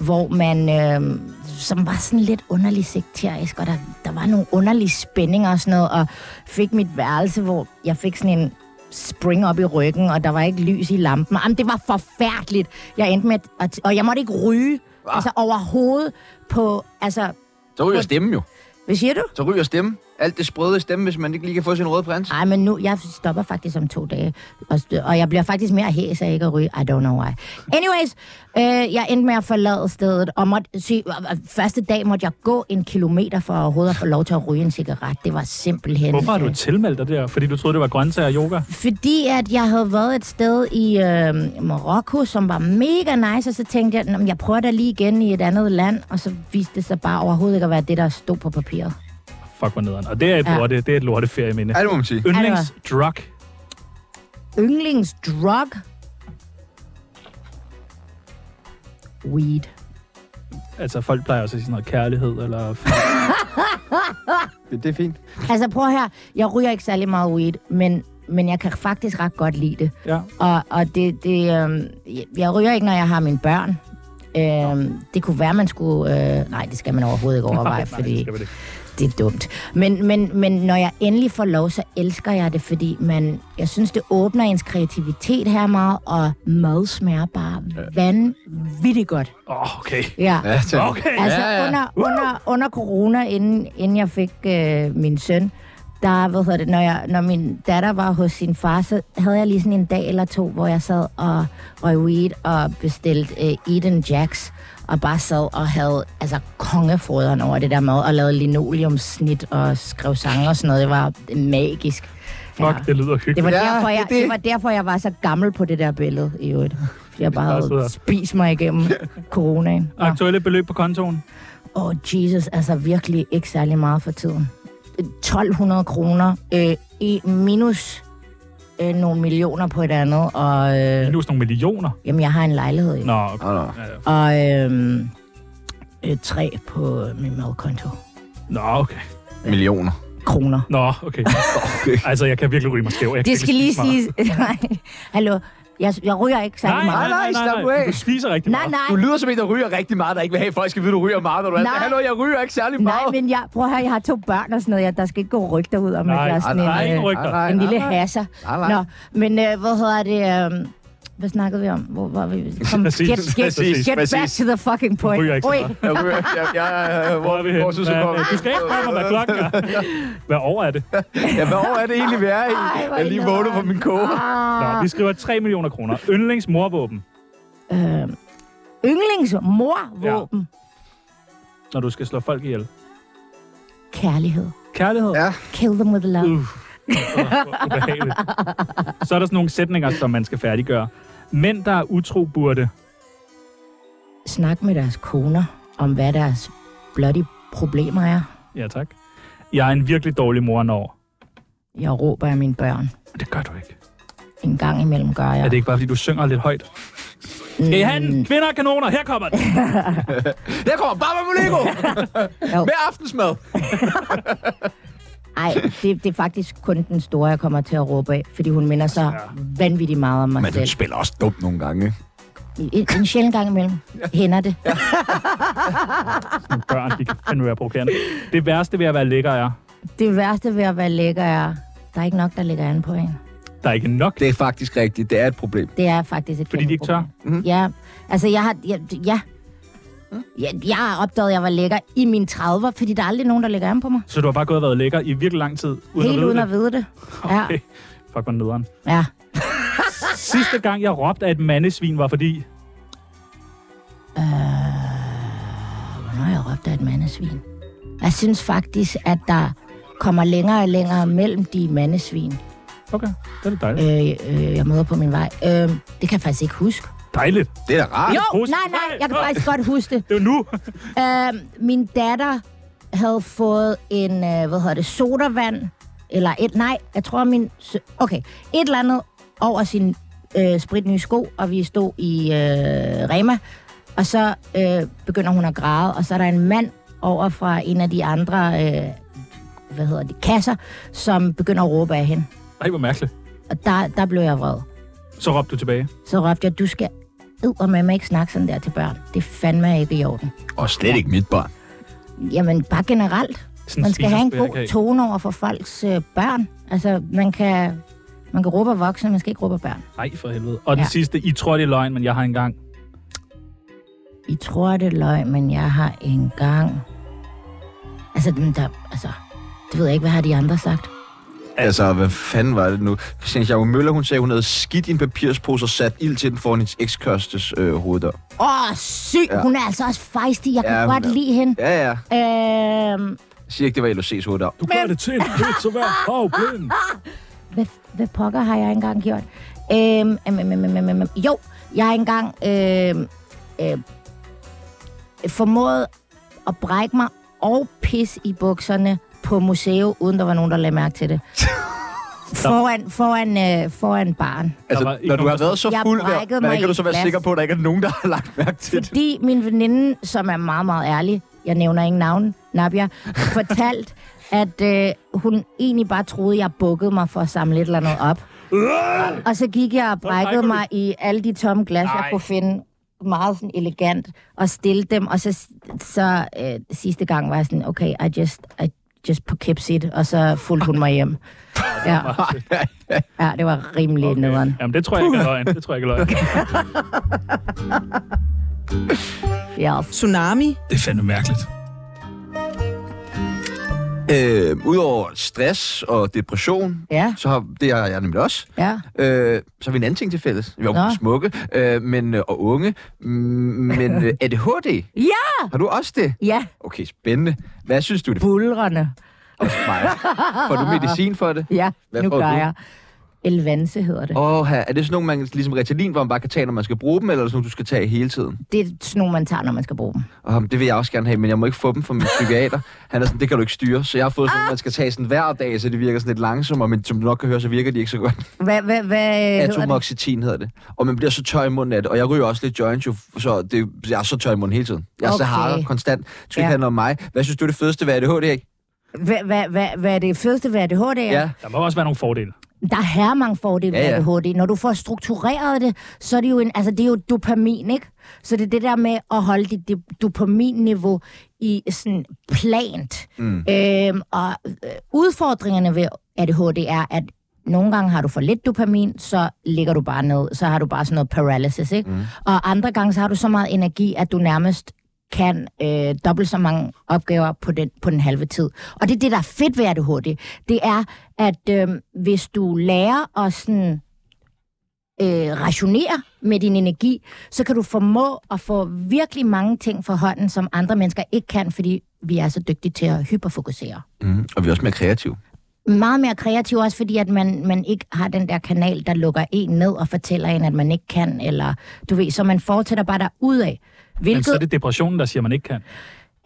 Speaker 4: hvor man, øh, som var sådan lidt underlig sekterisk, og der, der var nogle underlige spændinger og sådan noget, og fik mit værelse, hvor jeg fik sådan en spring op i ryggen, og der var ikke lys i lampen. Jamen, det var forfærdeligt. Jeg endte med, at, og jeg måtte ikke ryge, altså overhovedet på, altså,
Speaker 2: Så ryger stemmen jo.
Speaker 4: hvad siger du?
Speaker 2: Så ryger stemmen. Alt det sprøde i stemmen, hvis man ikke lige kan få sin røde prins.
Speaker 4: Nej, men nu, jeg stopper faktisk om to dage, og, st- og jeg bliver faktisk mere hæs af ikke at ryge. I don't know why. Anyways, øh, jeg endte med at forlade stedet, og måtte, sy- og- og første dag måtte jeg gå en kilometer for overhovedet at få lov til at ryge en cigaret. Det var simpelthen...
Speaker 3: Hvorfor har du
Speaker 4: øh,
Speaker 3: tilmeldt dig der? Fordi du troede, det var grøntsager og yoga?
Speaker 4: fordi at jeg havde været et sted i øh, Marokko, som var mega nice, og så tænkte jeg, "Nå, men jeg prøver da lige igen i et andet land, og så viste det sig bare overhovedet ikke at være det, der stod på papiret.
Speaker 3: Fuck, hvor nederen. Og det er et,
Speaker 4: Ja.
Speaker 3: lorte, det er et lorte ferieminde.
Speaker 2: Ja, det må man sige.
Speaker 3: Yndlingsdrug.
Speaker 4: Yndlingsdrug? Weed.
Speaker 3: Altså, folk plejer også at sige sådan noget kærlighed, eller...
Speaker 2: Det, det er fint.
Speaker 4: Altså prøv her, jeg ryger ikke særlig meget weed, men, men jeg kan faktisk ret godt lide det.
Speaker 3: Ja.
Speaker 4: Og, og det, det øh, jeg- jeg ryger ikke, når jeg har mine børn. Øh, det kunne være, man skulle... Øh, nej, det skal man overhovedet ikke overveje,
Speaker 3: Nej,
Speaker 4: fordi
Speaker 3: det skal vi ikke.
Speaker 4: det er dumt. Men, men, men når jeg endelig får lov, så elsker jeg det, fordi man, jeg synes, det åbner ens kreativitet her meget, og mad smager bare vanvittigt godt.
Speaker 3: Åh, oh, okay.
Speaker 4: Ja.
Speaker 2: Ja, det,
Speaker 3: Okay.
Speaker 4: Altså
Speaker 2: Ja, ja.
Speaker 4: Under, under, under corona, inden, inden jeg fik øh, min søn, der, hvad hedder det, når, jeg, når min datter var hos sin far, så havde jeg lige sådan en dag eller to, hvor jeg sad og røg weed og bestilte øh, Eden Jacks, og bare sad og havde altså, kongefoderen over det der mad, og lavede linoleumsnit og skrev sange og sådan noget. Det var magisk.
Speaker 3: Fuck, det lyder
Speaker 4: Det var,
Speaker 3: hyggeligt.
Speaker 2: Ja,
Speaker 4: derfor, jeg,
Speaker 2: det-
Speaker 4: det var derfor, jeg var så gammel på det der billede i øvrigt. Jeg bare havde spist mig igennem coronaen. Nå.
Speaker 3: Aktuelle beløb på kontoen?
Speaker 4: Åh, oh, Jesus, altså virkelig ikke særlig meget for tiden. 1200 kroner øh, i minus øh, nogle millioner på et andet, og øh,
Speaker 3: Nu er sådan nogle millioner.
Speaker 4: jamen, jeg har en lejlighed, jo.
Speaker 3: Nå, okay.
Speaker 2: Nå, nå.
Speaker 4: og øh, øh, tre på øh, min madkonto.
Speaker 3: Nå, okay.
Speaker 2: Millioner.
Speaker 4: Kroner.
Speaker 3: Nå, okay. altså, jeg kan virkelig ryge mig skæv. Jeg kan
Speaker 4: Det
Speaker 3: ikke
Speaker 4: skal lige
Speaker 3: spise meget.
Speaker 4: sige... Nej, hallo. Jeg, jeg ryger ikke særlig
Speaker 3: Nej, nej,
Speaker 4: meget.
Speaker 3: nej, nej,
Speaker 2: slap nu
Speaker 3: nej.
Speaker 2: af.
Speaker 3: Du spiser rigtig
Speaker 4: Nej,
Speaker 3: meget.
Speaker 2: Du
Speaker 4: nej.
Speaker 2: lyder som en, der ryger rigtig meget, der ikke vil have, at folk skal vide, du ryger meget, når du er.
Speaker 4: Nej.
Speaker 2: Hallo, jeg ryger ikke særlig
Speaker 4: Nej,
Speaker 2: meget.
Speaker 4: men jeg, prøv at høre, jeg har to børn og sådan noget. Jeg, der skal ikke gå rygter ud om, at jeg er sådan
Speaker 3: nej,
Speaker 4: en,
Speaker 3: ikke
Speaker 4: øh,
Speaker 3: rygter.
Speaker 4: en lille hasser.
Speaker 2: Nej, nej.
Speaker 4: Nå, men øh, hvad hedder det... Øh, hvad snakkede vi om? Hvor var vi? Kom,
Speaker 3: Præcis,
Speaker 4: get, get,
Speaker 3: præcis,
Speaker 4: get back
Speaker 2: præcis.
Speaker 4: to the fucking point.
Speaker 3: Ryger ikke så
Speaker 4: Ui,
Speaker 3: meget.
Speaker 2: Jeg ryger, jeg, jeg, jeg,
Speaker 3: Hvor
Speaker 2: hvor,
Speaker 3: er vi henne?
Speaker 2: hvor synes du,
Speaker 3: Hvad-
Speaker 2: kommer?
Speaker 3: Du skal ikke spørge mig, hvad klokken er. Hvad over er det?
Speaker 2: Ja, hvad år er det egentlig, vi er i?
Speaker 4: Ej, hvor
Speaker 2: Jeg er lige
Speaker 4: I nederen.
Speaker 2: vågnet på min koge.
Speaker 4: Ah.
Speaker 3: Nå, vi skriver 3 millioner kroner. Yndlingsmorvåben,
Speaker 4: øh, yndlingsmorvåben.
Speaker 3: når du skal slå folk ihjel.
Speaker 4: Kærlighed.
Speaker 3: Kærlighed.
Speaker 2: Ja.
Speaker 4: Kill them with love.
Speaker 3: Uh, ubehageligt. Så er der sådan nogle sætninger, som man skal færdiggøre. Mænd, der er utro, burde...
Speaker 4: Snak med deres koner om, hvad deres bloody problemer er.
Speaker 3: Ja, tak. Jeg er en virkelig dårlig mor, når...
Speaker 4: Jeg råber af mine børn.
Speaker 3: Det gør du ikke.
Speaker 4: En gang imellem gør jeg.
Speaker 3: Er det ikke bare, fordi du synger lidt højt?
Speaker 4: Mm.
Speaker 3: Skal I have en kvinder og kanoner? Her kommer den.
Speaker 2: Der kommer Baba Molego
Speaker 4: Jo.
Speaker 2: med aftensmad.
Speaker 4: Ej, det, det er faktisk kun den store, jeg kommer til at råbe af, fordi hun minder så vanvittigt meget om mig selv.
Speaker 2: spiller også dumt nogle gange.
Speaker 4: En, en sjældent gang imellem hænder det.
Speaker 3: Nogle børn, de kan fandme være provokerende. Det værste ved at være lækker er,
Speaker 4: Det værste ved at være lækker er, der er ikke nok, der ligger an på en.
Speaker 3: der er ikke nok.
Speaker 2: Det er faktisk rigtigt. Det er et problem.
Speaker 4: Det er faktisk et
Speaker 3: Fordi de
Speaker 4: kæmpe
Speaker 3: ikke tør?
Speaker 4: problem. Ja, altså jeg har... Jeg, ja. Jeg, jeg har opdaget, at jeg var lækker i mine 30'er, fordi der er aldrig nogen, der lægger an på mig.
Speaker 3: Så du har bare gået og været lækker i virkelig lang tid, uden
Speaker 4: Helt
Speaker 3: at
Speaker 4: uden
Speaker 3: vide
Speaker 4: at vide det.
Speaker 3: det?
Speaker 4: Ja,
Speaker 3: Okay. Fuck, hvor nederen.
Speaker 4: ja.
Speaker 3: Sidste gang, jeg råbte, at et mandesvin var fordi...
Speaker 4: Hvornår har jeg råbt af et mandesvin? Jeg synes faktisk, at der kommer længere og længere mellem de mandesvin.
Speaker 3: Okay, det er da dejligt.
Speaker 4: øh, øh, jeg møder på min vej. Øh, det kan jeg faktisk ikke huske.
Speaker 3: Dejligt.
Speaker 2: Det er da rart.
Speaker 4: Jo,
Speaker 3: huske-
Speaker 4: nej, nej, jeg kan
Speaker 3: Nej,
Speaker 4: faktisk godt huske det.
Speaker 3: Det er jo nu.
Speaker 4: Øh, min datter havde fået en, øh, hvad hedder det, sodavand, eller et, nej, jeg tror min, sø- okay, et eller andet over sin øh, spritnye sko, og vi stod i øh, Rema, og så øh, begynder hun at græde, og så er der en mand over fra en af de andre, øh, hvad hedder det, kasser, som begynder at råbe af hende.
Speaker 3: Ej, hvor mærkeligt.
Speaker 4: Og der, der blev jeg vred.
Speaker 3: Så råbte du tilbage.
Speaker 4: Så råbte jeg, du skal og med mig ikke snakke sådan der til børn. Det fandme ikke i orden.
Speaker 2: Og slet ikke mit barn.
Speaker 4: Jamen, bare generelt.
Speaker 3: Sådan
Speaker 4: Man skal have en
Speaker 3: spiserspærekage.
Speaker 4: god tone over for folks øh, børn. Altså, man kan, man kan råbe af voksne, man skal ikke råbe af børn.
Speaker 3: Ej, for helvede. Og den
Speaker 4: Ja.
Speaker 3: sidste, I tror, det er løgn, men jeg har engang.
Speaker 4: I tror, det er løg, men jeg har engang... Altså, dem der... Altså, det ved jeg ikke, hvad har de andre sagt?
Speaker 2: Altså, hvad fanden var det nu? Christian Jacob Møller, hun sagde, hun havde skidt i en papirspose og sat ild til den foran hendes ekskørstes øh, hoveddør.
Speaker 4: Åh, syg! Ja.
Speaker 2: Ja.
Speaker 4: Hun er altså også fejstig. Jeg kan
Speaker 2: Ja,
Speaker 4: ja,
Speaker 2: hun
Speaker 4: godt
Speaker 2: er-
Speaker 4: lide hende.
Speaker 2: Ja, ja.
Speaker 4: Øhm,
Speaker 2: Jeg siger ikke, det var LOC's hoveddør.
Speaker 3: Du gør det til en pøt, så vær farveblind.
Speaker 4: hvad, hvad pokker har jeg engang gjort? Øhm, øhm, øhm, øhm, øhm, øhm, jo, jeg har engang øhm, øhm, formået at brække mig og pisse i bukserne på museet, uden der var nogen, der lagde mærke til det. foran, foran, øh, foran barn.
Speaker 3: var
Speaker 2: Altså,
Speaker 3: ikke
Speaker 2: når du har
Speaker 3: nogen, der-
Speaker 2: været så
Speaker 4: Jeg
Speaker 2: fuld, der,
Speaker 4: brækkede
Speaker 2: hvordan
Speaker 4: mig
Speaker 2: kan du så
Speaker 4: i
Speaker 2: være
Speaker 4: glas.
Speaker 2: sikker på, at der ikke er nogen, der har lagt mærke til det?
Speaker 4: Fordi min veninde, som er meget, meget ærlig, jeg nævner ingen navn, Nabia, fortalt, at øh, hun egentlig bare troede, jeg bukkede mig for at samle et eller andet op. Og så gik jeg og
Speaker 3: brækker
Speaker 4: brækkede
Speaker 3: du?
Speaker 4: mig i alle de tomme glas, jeg
Speaker 3: Ej.
Speaker 4: kunne finde meget sådan elegant og stille dem. Og så, så øh, sidste gang var jeg sådan, okay, I just, I just покipsed it, og så fulgte hun mig hjem. Ja, ja det var rimelig okay. nederen.
Speaker 3: Øh, Jamen, det tror jeg ikke er løgn. Det tror jeg ikke er løgn.
Speaker 4: Ja,
Speaker 9: Tsunami.
Speaker 3: Det er fandme mærkeligt.
Speaker 2: Øh, Udover stress og depression,
Speaker 4: Ja.
Speaker 2: så har, det har jeg nemlig også,
Speaker 4: ja.
Speaker 2: øh, så har vi en anden ting til fælles. Vi er
Speaker 4: Nå.
Speaker 2: jo smukke øh, men, øh, og unge, mm, men øh, ADHD,
Speaker 4: Ja!
Speaker 2: har du også det?
Speaker 4: Ja,
Speaker 2: Okay, spændende. Hvad synes du, det
Speaker 4: bulrende.
Speaker 2: er for mig? Får du medicin for det?
Speaker 4: Ja,
Speaker 2: Hvad
Speaker 4: nu
Speaker 2: får
Speaker 4: gør
Speaker 2: du?
Speaker 4: jeg. Elvanse hedder det.
Speaker 2: Åh, her, er det sådan nogle, man, ligesom retalin, hvor man bare kan tage, når man skal bruge dem, eller er det sådan nogle, du skal tage hele tiden?
Speaker 4: Det er sådan nogle, man tager, når man skal bruge dem.
Speaker 2: Åh, men det vil jeg også gerne have, men jeg må ikke få dem fra min psykiater. Han er sådan, det kan du ikke styre. Så jeg har fået sådan, at man skal tage sådan hver dag, så det virker sådan lidt langsommere, men som du nok kan høre, så virker de ikke så godt.
Speaker 4: Hvad, hvad, hvad hedder det?
Speaker 2: Atomoxetin hedder det. Og man bliver så tør i munden af det. Og jeg ryger også lidt joint, jo, så det, jeg er så tør i munden hele tiden. Jeg er okay. så
Speaker 4: Okay.
Speaker 2: hard konstant. Det skal
Speaker 4: Ja.
Speaker 2: ikke handle om mig. Hvad synes du er det fedeste ved ADHD, ikke?
Speaker 4: Hvad, hvad, hvad, hvad er det fedeste ved ADHD? er?
Speaker 2: Ja.
Speaker 3: Der må også være nogle fordele.
Speaker 4: Der er her mange fordele
Speaker 2: Ja, ja.
Speaker 4: ja, ved ADHD. Når du får struktureret det, så er det jo, en, altså det er jo dopamin, ikke? Så det er det der med at holde dit dip- dopaminniveau i sådan plant. Mm. Øhm, og øh, udfordringerne ved ADHD er, at nogle gange har du for lidt dopamin, så ligger du bare ned, så har du bare sådan noget paralysis, ikke? Mm. Og andre gange, så har du så meget energi, at du nærmest kan øh, dobbelt så mange opgaver på den, på den halve tid. Og det er det, der er fedt ved ADHD. Det er, at øh, hvis du lærer at sådan, øh, rationere med din energi, så kan du formå at få virkelig mange ting fra hånden, som andre mennesker ikke kan, fordi vi er så dygtige til at hyperfokusere.
Speaker 2: Mm. Og vi er også mere kreative.
Speaker 4: Meget mere kreativ også, fordi at man, man ikke har den der kanal, der lukker en ned og fortæller en, at man ikke kan, eller du ved, så man fortsætter bare af.
Speaker 3: Men så
Speaker 4: Hvilket
Speaker 3: er det depressionen, der siger, man ikke kan.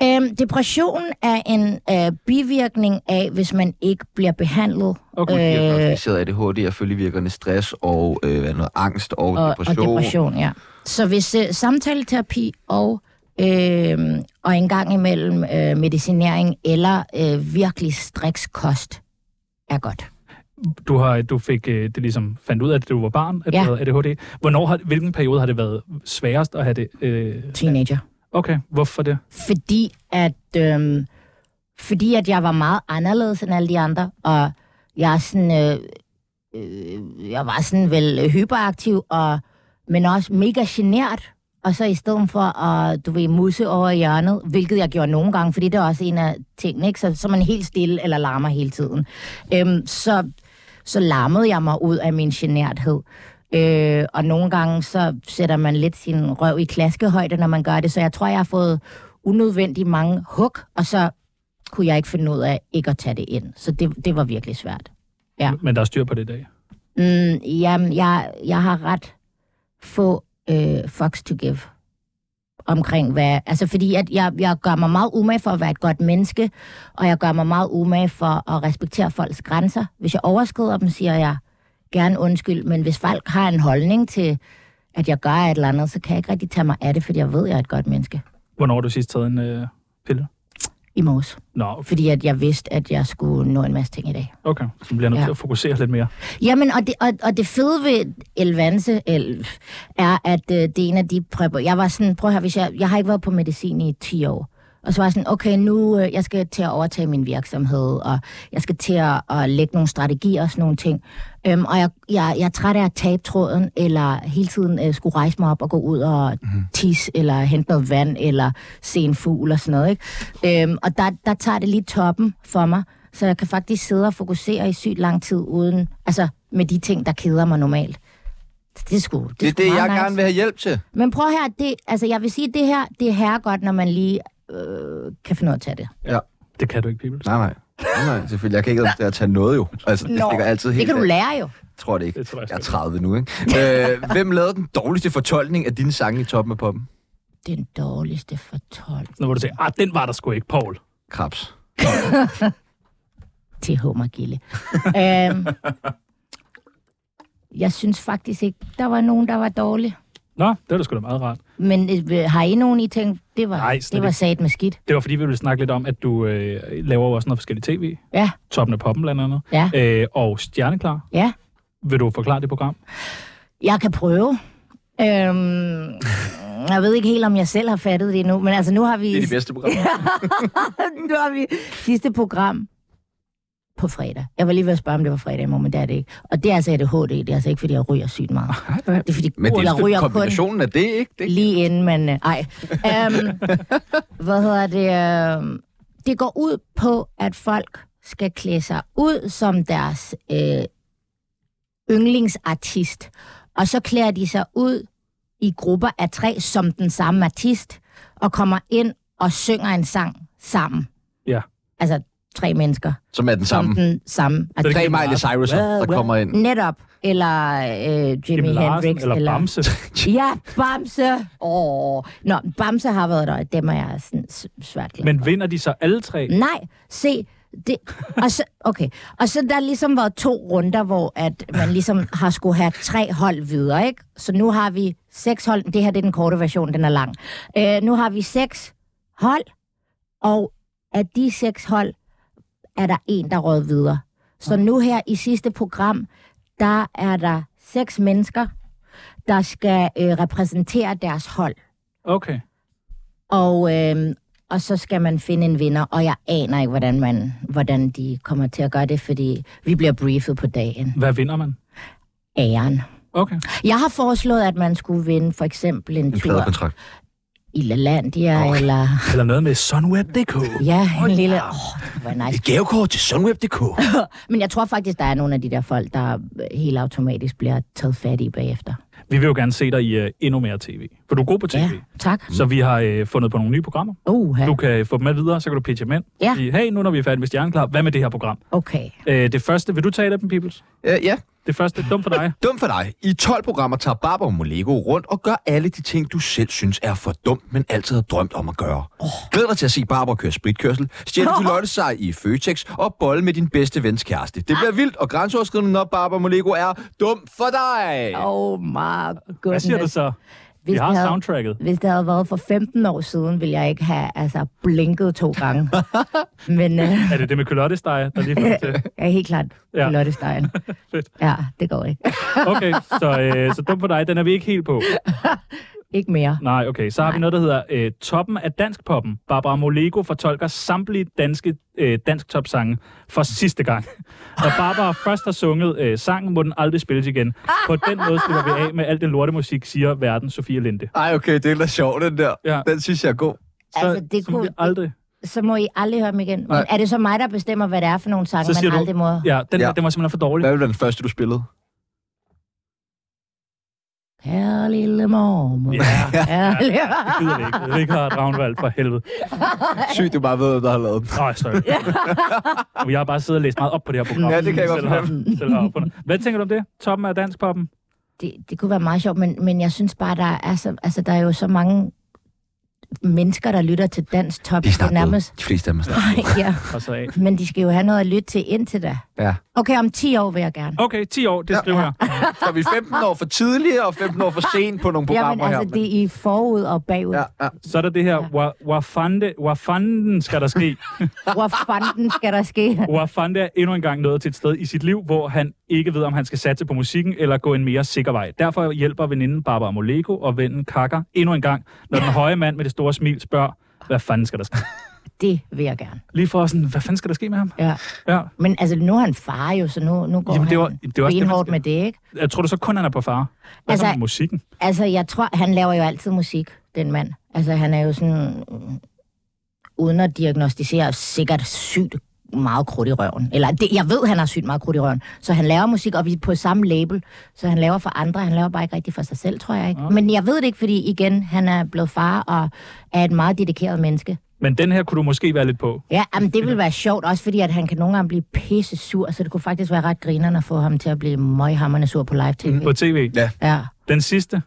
Speaker 4: Øhm, depression er en øh, bivirkning af, hvis man ikke bliver behandlet.
Speaker 3: Okay.
Speaker 2: Øh.
Speaker 4: Øh,
Speaker 2: Diagnostiseret ADHD og følgevirkende stress og øh, hvad er det noget, angst og,
Speaker 4: og,
Speaker 2: depression.
Speaker 4: og depression, ja. Så hvis øh, samtaleterapi og, øh, og en gang imellem øh, medicinering eller øh, virkelig striks kost er godt.
Speaker 3: Du, har, du fik øh, det ligesom fandt ud af, at du var barn, at
Speaker 4: Ja.
Speaker 3: du havde ADHD. Hvornår har, hvilken periode har det været sværest at have det? Øh,
Speaker 4: Teenager.
Speaker 3: okay, hvorfor det?
Speaker 4: fordi at, øhm, fordi at jeg var meget anderledes end alle de andre, og jeg er sådan, øh, øh, jeg var sådan vel hyperaktiv, og, men også mega genert. Og så i stedet for at, du ved, musse over i hjørnet, hvilket jeg gjorde nogle gange, fordi det er også en af tingene, ikke? Så, så er man helt stille eller larmer hele tiden. Øhm, så, så larmede jeg mig ud af min generthed. Øh, og nogle gange, så sætter man lidt sin røv i klaskehøjde, når man gør det. Så jeg tror, jeg har fået unødvendigt mange hug, og så kunne jeg ikke finde ud af ikke at tage det ind. Så det, det var virkelig svært. Ja.
Speaker 3: Men der er styr på det i dag.
Speaker 4: Mm, jamen, jeg, jeg har ret få øh, fucks to give omkring hvad... Altså, fordi at jeg, jeg gør mig meget umage for at være et godt menneske, og jeg gør mig meget umage for at respektere folks grænser. Hvis jeg overskrider dem, siger jeg gerne undskyld, men hvis folk har en holdning til, at jeg gør et eller andet, så kan jeg ikke rigtig tage mig af det, fordi jeg ved, at jeg er et godt menneske
Speaker 3: Hvornår har du sidst taget en øh, pille?
Speaker 4: i morges.
Speaker 3: Nå,
Speaker 4: Fordi at jeg vidste, at jeg skulle nå en masse ting i dag.
Speaker 3: okay. Så bliver jeg nødt
Speaker 4: Ja.
Speaker 3: til at fokusere lidt mere.
Speaker 4: Jamen, og det, og, og det fede ved Elvanse el, er, at øh, det er en af de prepper. Jeg var sådan, prøv at høre, hvis jeg, jeg har ikke været på medicin i 10 år. Og så var jeg sådan, okay, nu øh, jeg skal til at overtage min virksomhed, og jeg skal til at, at lægge nogle strategier og sådan nogle ting. Øhm, og jeg, jeg, jeg er træt af at tabe tråden, eller hele tiden øh, skulle rejse mig op og gå ud og tisse, eller hente noget vand, eller se en fugl og sådan noget. Ikke? Øhm, og der, der tager det lige toppen for mig. Så jeg kan faktisk sidde og fokusere i sygt lang tid uden, altså med de ting, der keder mig normalt. Så Det er sgu, det,
Speaker 2: Det er
Speaker 4: sgu
Speaker 2: det, jeg
Speaker 4: meget
Speaker 2: nice.
Speaker 4: nice.
Speaker 2: gerne vil have hjælp til.
Speaker 4: Men prøv her, det, altså jeg vil sige, at det her, det er herregodt, når man lige øh, kan finde ud af at tage det.
Speaker 3: Det kan du ikke, Pibels.
Speaker 2: Nej, nej. Nej, nej, selvfølgelig. Jeg kan ikke adoptere at tage noget jo. Altså, det stikker altid helt
Speaker 4: det kan du
Speaker 2: af.
Speaker 4: lære jo.
Speaker 2: Tror det ikke.
Speaker 3: Det tror jeg
Speaker 2: jeg er
Speaker 3: sgu
Speaker 2: 30 nu, ikke? øh, hvem lavede den dårligste fortolkning af dine sange i toppen af poppen?
Speaker 4: Det er den dårligste fortolk
Speaker 3: Nu hvor du siger, ah, den var der sgu ikke, Paul.
Speaker 2: Krabs.
Speaker 4: til hummergilde. øhm, jeg synes faktisk ikke, der var nogen, der var dårlig.
Speaker 3: Nå, det var da sgu da meget rart.
Speaker 4: Men øh, har I nogen, I tænkt, det var,
Speaker 3: Nej, slet
Speaker 4: det var
Speaker 3: ikke.
Speaker 4: sat med skidt?
Speaker 3: Det var fordi, vi ville snakke lidt om, at du øh, laver jo også noget forskelligt tv.
Speaker 4: Ja,
Speaker 3: Toppen af poppen blandt andet.
Speaker 4: ja,
Speaker 3: Øh, og Stjerneklar.
Speaker 4: ja.
Speaker 3: Vil du forklare det program?
Speaker 4: Jeg kan prøve. Øhm, jeg ved ikke helt, om jeg selv har fattet det endnu, men altså nu har vi,
Speaker 2: Det er de bedste programmer.
Speaker 4: nu har vi sidste program på fredag. Jeg var lige ved at spørge, om det var fredag i morgen, men det er det ikke. Og det er altså ADHD, det er altså ikke, fordi jeg ryger sygt meget. Det er, fordi
Speaker 2: Men det
Speaker 4: jeg
Speaker 2: er
Speaker 4: ryger
Speaker 2: jo
Speaker 4: kun
Speaker 2: kombinationen af det, ikke? Det,
Speaker 4: lige inden man... øh, Ej. Um, hvad hedder det? øhm, Det går ud på, at folk skal klæde sig ud som deres øh, yndlingsartist. Og så klæder de sig ud i grupper af tre som den samme artist, og kommer ind og synger en sang sammen.
Speaker 3: Ja.
Speaker 4: Altså, tre mennesker
Speaker 2: Som er den samme.
Speaker 4: som den samme
Speaker 3: det
Speaker 2: Tre
Speaker 4: artist.
Speaker 3: ikke
Speaker 2: Miley Cyrus, der kommer ind.
Speaker 4: Netop. Eller øh, Jimi
Speaker 3: Jim
Speaker 4: Hendrix.
Speaker 3: Larsen eller Bamse.
Speaker 4: Ja, Bamse. Åh. Nå, Bamse har været der, og dem er jeg sådan s- svært glad.
Speaker 3: Men vinder de så alle tre?
Speaker 4: Nej, se, det, og så, okay. Og så der har ligesom været to runder, hvor at man ligesom har skulle have tre hold videre, ikke? Så nu har vi seks hold. Det her det er den korte version, den er lang. Øh, nu har vi seks hold, og af de seks hold er der en, der råd videre. Så nu her i sidste program, der er der seks mennesker, der skal øh, repræsentere deres hold.
Speaker 3: Okay.
Speaker 4: Og, øh, og så skal man finde en vinder, og jeg aner ikke, hvordan, man, hvordan de kommer til at gøre det, fordi vi bliver briefet på dagen.
Speaker 3: Hvad vinder man?
Speaker 4: Æren.
Speaker 3: Okay.
Speaker 4: Jeg har foreslået, at man skulle vinde for eksempel en,
Speaker 2: En
Speaker 4: tur
Speaker 2: pladekontrakt.
Speaker 4: i LaLandia, okay. eller
Speaker 3: Eller noget med sunweb.dk.
Speaker 4: ja, en lille... Åh, oh, det var nice.
Speaker 2: Et gavekort til sunweb.dk.
Speaker 4: Men jeg tror faktisk, der er nogle af de der folk, der øh, helt automatisk bliver taget fat i bagefter.
Speaker 3: Vi vil jo gerne se dig i uh, endnu mere tv. For du er god på tv.
Speaker 4: Ja, tak.
Speaker 3: Så vi har øh, fundet på nogle nye programmer.
Speaker 4: Uh,
Speaker 3: Du kan øh, få dem med videre, så kan du pitche dem ind.
Speaker 4: Ja.
Speaker 3: Sige, hey, nu når vi er færdige med Stjerneklar, hvad med det her program?
Speaker 4: okay.
Speaker 3: Øh, det første, vil du tage et af dem, Peoples?
Speaker 2: Øh, ja,
Speaker 3: Det første, dum for dig.
Speaker 2: Dum for dig. I 12 programmer tager Barbara Molego rundt og gør alle de ting, du selv synes er for dumt, men altid har drømt om at gøre. Oh. Glæd dig til at se Barbara køre spritkørsel, stjæle oh. Lotte sig i Føtex og bolle med din bedste vens kæreste. Det bliver vildt og grænseoverskridende, når Barbara Molego er dum for dig.
Speaker 4: Oh my goodness.
Speaker 3: Hvad siger du så? Vi
Speaker 4: Hvis
Speaker 3: har
Speaker 4: det havde-
Speaker 3: soundtracket.
Speaker 4: Hvis det havde været for 15 år siden, ville jeg ikke have altså, blinket to gange. Men øh,
Speaker 3: Er det det med culottesteg, der lige får det til?
Speaker 4: jeg er helt klart
Speaker 3: Ja.
Speaker 4: ja. Lotte-style.
Speaker 3: Fedt.
Speaker 4: ja, det går ikke.
Speaker 3: Okay, så, øh, så dum for dig, den er vi ikke helt på.
Speaker 4: ikke mere.
Speaker 3: Nej, okay. Så har vi noget, der hedder øh, Toppen af dansk poppen. Barbara Molego fortolker samtlige danske øh, dansk topsange for sidste gang. Når Barbara først har sunget øh, sangen, må den aldrig spilles igen. På den måde slipper vi af med al den lortemusik, siger verden Sofie Linde.
Speaker 2: Ej, okay, det er da sjovt, den der.
Speaker 3: Ja.
Speaker 2: Den synes jeg er god.
Speaker 3: Så,
Speaker 4: Altså, det
Speaker 3: så må
Speaker 4: kunne-
Speaker 3: vi aldrig...
Speaker 4: Så må I aldrig høre dem igen. Men
Speaker 2: Nej.
Speaker 4: er det så mig, der bestemmer, hvad det er for nogle sange,
Speaker 3: Så siger
Speaker 4: man
Speaker 3: du,
Speaker 4: aldrig må...
Speaker 3: ja, den, ja.
Speaker 2: Ja.
Speaker 3: den var simpelthen for dårlig.
Speaker 2: Hvad var den første, du spillede?
Speaker 4: Kære lille mormor.
Speaker 3: Ja,
Speaker 4: Kære lille...
Speaker 3: det gider vi ikke. Richard Ravnvald, for helvede.
Speaker 2: Sygt, du bare ved, hvem der har lavet den.
Speaker 3: Nej, sorry. Jeg har bare siddet og læst meget op på det her program.
Speaker 2: Ja, det kan jeg godt
Speaker 3: Selv har- selv har opfundet. Hvad tænker du om det? Toppen af dansk poppen?
Speaker 4: det, det kunne være meget sjovt, men, men jeg synes bare, der er, så, altså, der er jo så mange mennesker, der lytter til dansk top.
Speaker 2: De er snart døde.
Speaker 4: nærmest...
Speaker 2: De fleste af dem er snart døde.
Speaker 4: ja,
Speaker 3: Og så af.
Speaker 4: men de skal jo have noget at lytte til indtil da.
Speaker 2: Ja.
Speaker 4: Okay, om 10 år vil jeg gerne.
Speaker 3: Okay, 10 år, det skriver jeg.
Speaker 2: Så vi er 15 år for tidligt og 15 år for sent på nogle
Speaker 4: Jamen,
Speaker 2: programmer
Speaker 4: altså,
Speaker 2: her.
Speaker 4: det er i forud og bagud.
Speaker 2: Ja,
Speaker 4: Ja.
Speaker 2: ja.
Speaker 3: Så er der det her, "Hva- hva fanden- hva fanden skal der ske?
Speaker 4: Hvor fanden skal der ske?
Speaker 3: Hva fanden er endnu engang nået til et sted i sit liv, hvor han ikke ved, om han skal satse på musikken eller gå en mere sikker vej. Derfor hjælper veninden Barbara Molego og vennen Kakker endnu en gang, når den høje mand med det store smil spørger, hvad fanden skal der ske?
Speaker 4: Det vil jeg gerne.
Speaker 3: Lige for sådan, hvad fanden skal der ske med ham?
Speaker 4: Ja.
Speaker 3: Ja.
Speaker 4: Men altså, nu er han far jo, så nu, nu går
Speaker 3: Jamen, det var-
Speaker 4: han
Speaker 3: det var også det, man
Speaker 4: benhårdt
Speaker 3: skal-
Speaker 4: med det, ikke?
Speaker 3: Jeg tror du så kun, han er på far? Hvad altså,
Speaker 4: Altså-
Speaker 3: med musikken?
Speaker 4: Altså, jeg tror, han laver jo altid musik, den mand. Altså, han er jo sådan, mm, uden at diagnostisere, sikkert sygt meget krudt i røven. Eller det, jeg ved, han har sygt meget krudt i røven. Så han laver musik, og vi er på samme label. Så han laver for andre, han laver bare ikke rigtig for sig selv, tror jeg ikke. Men jeg ved det ikke, fordi igen, han er blevet far og er et meget dedikeret menneske.
Speaker 3: Men den her kunne du måske være lidt på.
Speaker 4: Ja, men det ville være sjovt, også fordi at han kan nogle gange blive pisse sur, så det kunne faktisk være ret grinerne at få ham til at blive møghammerende sur på live-tv.
Speaker 3: På tv.
Speaker 2: Ja.
Speaker 4: Ja.
Speaker 3: Den sidste.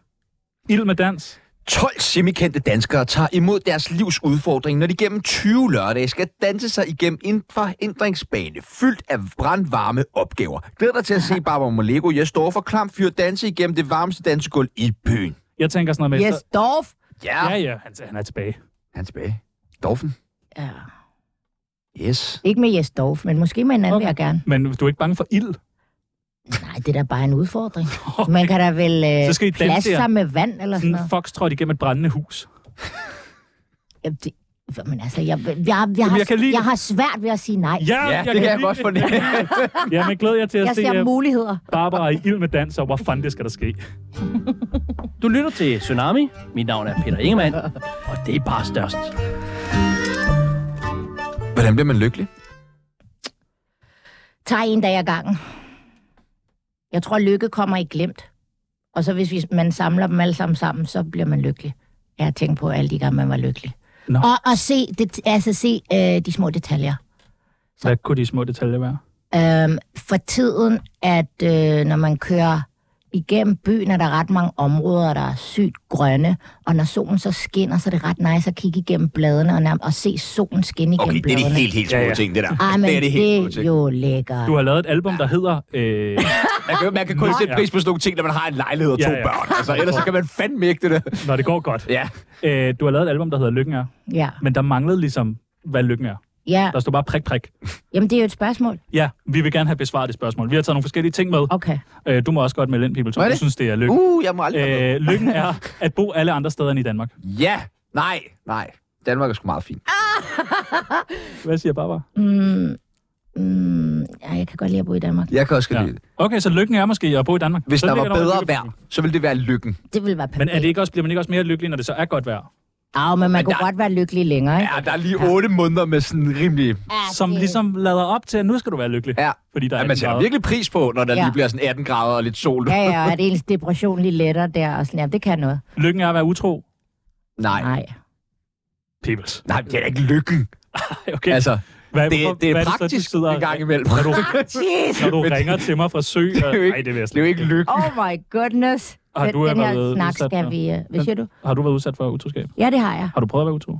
Speaker 3: Ild med dans.
Speaker 2: 12 semikendte danskere tager imod deres livs udfordring, når de gennem 20 lørdage skal danse sig igennem en forhindringsbane fyldt af brandvarme opgaver. Glæder dig til at se Barbara Molego, jeg står for klam fyr danse igennem det varmeste dansegulv i byen.
Speaker 3: Jeg tænker sådan noget med...
Speaker 4: Yes,
Speaker 3: så-
Speaker 4: Dorf!
Speaker 2: Ja,
Speaker 3: Ja, ja, han, han er tilbage.
Speaker 2: han er tilbage. Dolphin.
Speaker 4: Ja.
Speaker 2: Yes.
Speaker 4: Ikke med Jes Dorf, men måske med en anden,
Speaker 3: Okay.
Speaker 4: okay. vil jeg gerne.
Speaker 3: Men du er ikke bange for ild?
Speaker 4: Nej, det er da bare en udfordring. Man kan da vel øh,
Speaker 3: Så skal I danse
Speaker 4: plaske
Speaker 3: jer.
Speaker 4: sig med vand eller sådan
Speaker 3: Sådan
Speaker 4: noget.
Speaker 3: en foxtrot igennem et brændende hus.
Speaker 4: Jamen, det, men altså, jeg, jeg, jeg, jeg,
Speaker 3: Jamen,
Speaker 4: har,
Speaker 3: jeg kan lide
Speaker 4: jeg
Speaker 3: det.
Speaker 4: har svært ved at sige nej.
Speaker 3: Ja,
Speaker 2: Ja, det kan jeg
Speaker 3: lide
Speaker 2: godt fornemme.
Speaker 3: ja, men glæder jeg til at
Speaker 4: Jeg
Speaker 3: se
Speaker 4: ser
Speaker 3: øh,
Speaker 4: muligheder.
Speaker 3: Barbara i ild med dans, og hvor fanden det skal der ske.
Speaker 9: Du lytter til Tsunami. Mit navn er Peter Ingemann, og det er bare størst.
Speaker 2: Hvordan bliver man lykkelig?
Speaker 4: Tag en dag ad gangen. Jeg tror, lykke kommer i glemt. Og så hvis vi, man samler dem alle sammen sammen, så bliver man lykkelig. Jeg har tænkt på alle de gange, man var lykkelig.
Speaker 3: Nå.
Speaker 4: Og, og se, det, altså, se øh, de små detaljer.
Speaker 3: Hvad kunne de små detaljer være?
Speaker 4: Øhm, for tiden, at øh, når man kører igennem byen, er der ret mange områder, der er sygt grønne, og når solen så skinner, så er det ret nice at kigge igennem bladene og, nærm- og se solen skinne igennem
Speaker 2: Okay, det er de
Speaker 4: bladene.
Speaker 2: helt, helt små
Speaker 3: Ja, ja.
Speaker 2: ting, det der.
Speaker 4: Ej, men
Speaker 2: det er de helt små
Speaker 4: det, er
Speaker 2: ting.
Speaker 4: jo lækkert.
Speaker 3: Du har lavet et album, der hedder... Øh,
Speaker 2: Man kan, man kan kun
Speaker 3: Nå,
Speaker 2: sætte
Speaker 3: ja.
Speaker 2: pris på sådan nogle ting, når man har en lejlighed og to
Speaker 3: Ja, ja.
Speaker 2: børn. Altså, ellers så kan man fandme ikke det der.
Speaker 3: når det går godt.
Speaker 2: Ja.
Speaker 3: Øh, du har lavet et album, der hedder Lykken er.
Speaker 4: Ja.
Speaker 3: Men der manglede ligesom, hvad lykken er.
Speaker 4: ja.
Speaker 3: Der stod bare prik, prik.
Speaker 4: Jamen, det er jo et spørgsmål.
Speaker 3: Ja, vi vil gerne have besvaret det spørgsmål. Vi har taget nogle forskellige ting med.
Speaker 4: Okay.
Speaker 3: Øh, du må også godt melde ind, People,
Speaker 2: Må
Speaker 3: som
Speaker 2: jeg
Speaker 3: du
Speaker 2: det?
Speaker 3: synes, det er lykken.
Speaker 2: Uh, jeg må aldrig være med.
Speaker 3: Øh, lykken er at bo alle andre steder end i Danmark.
Speaker 2: Ja, nej, nej. Danmark er sgu meget fint.
Speaker 3: Hvad siger Barbara?
Speaker 4: Mm, mm, ja, jeg kan godt lide at bo i Danmark.
Speaker 2: Jeg kan også godt
Speaker 3: Ja.
Speaker 2: lide det.
Speaker 3: Okay, så lykken er måske at bo i Danmark.
Speaker 2: Hvis
Speaker 3: så
Speaker 2: der var
Speaker 3: ligger over i
Speaker 2: bedre
Speaker 3: lykken.
Speaker 2: vejr, så ville det være lykken.
Speaker 4: Det ville være
Speaker 3: Men
Speaker 4: perfekt.
Speaker 3: er det ikke også, bliver man ikke også mere lykkelig, når det så er godt vejr?
Speaker 4: Au, men man kunne
Speaker 2: der-
Speaker 4: godt være lykkelig længere, ikke?
Speaker 2: Ja, der er lige otte måneder med sådan rimelig...
Speaker 4: Ja,
Speaker 3: Som
Speaker 4: det-
Speaker 3: ligesom lader op til, at nu skal du være lykkelig.
Speaker 2: Ja. altså,
Speaker 3: Fordi der er
Speaker 2: Ja, man
Speaker 3: atten
Speaker 2: sætter
Speaker 3: grader.
Speaker 2: virkelig pris på, når der
Speaker 4: Ja.
Speaker 2: lige bliver sådan 18 grader og lidt sol.
Speaker 4: Ja, ja, og at ens depression lige letter der, og sådan, ja, det kan noget.
Speaker 3: Lykken er at være utro.
Speaker 2: Nej,
Speaker 4: Nej.
Speaker 3: Peoples.
Speaker 2: nej, det er ikke lykken.
Speaker 3: Okay.
Speaker 2: Altså,
Speaker 3: hvad,
Speaker 2: det, det
Speaker 3: hvad
Speaker 2: er
Speaker 3: så, du
Speaker 2: praktisk
Speaker 3: sidder-
Speaker 2: en gang imellem.
Speaker 3: Når du,
Speaker 4: Jeez!
Speaker 3: når du
Speaker 2: Men-
Speaker 3: ringer til mig fra sø. Nej,
Speaker 2: er jo ikke-
Speaker 3: det vil jeg
Speaker 2: Det er jo
Speaker 3: slet
Speaker 2: ikke
Speaker 3: ikke.
Speaker 2: lykken.
Speaker 4: Oh my goodness.
Speaker 3: Har
Speaker 4: Den-
Speaker 3: du
Speaker 4: den her
Speaker 3: været
Speaker 4: snak
Speaker 3: udsat
Speaker 4: skal
Speaker 3: for-
Speaker 4: vi... øh, Hvad
Speaker 3: Men-
Speaker 4: siger du?
Speaker 3: Har du været udsat for utroskab?
Speaker 4: Ja, det har jeg.
Speaker 3: Har du prøvet at være utro?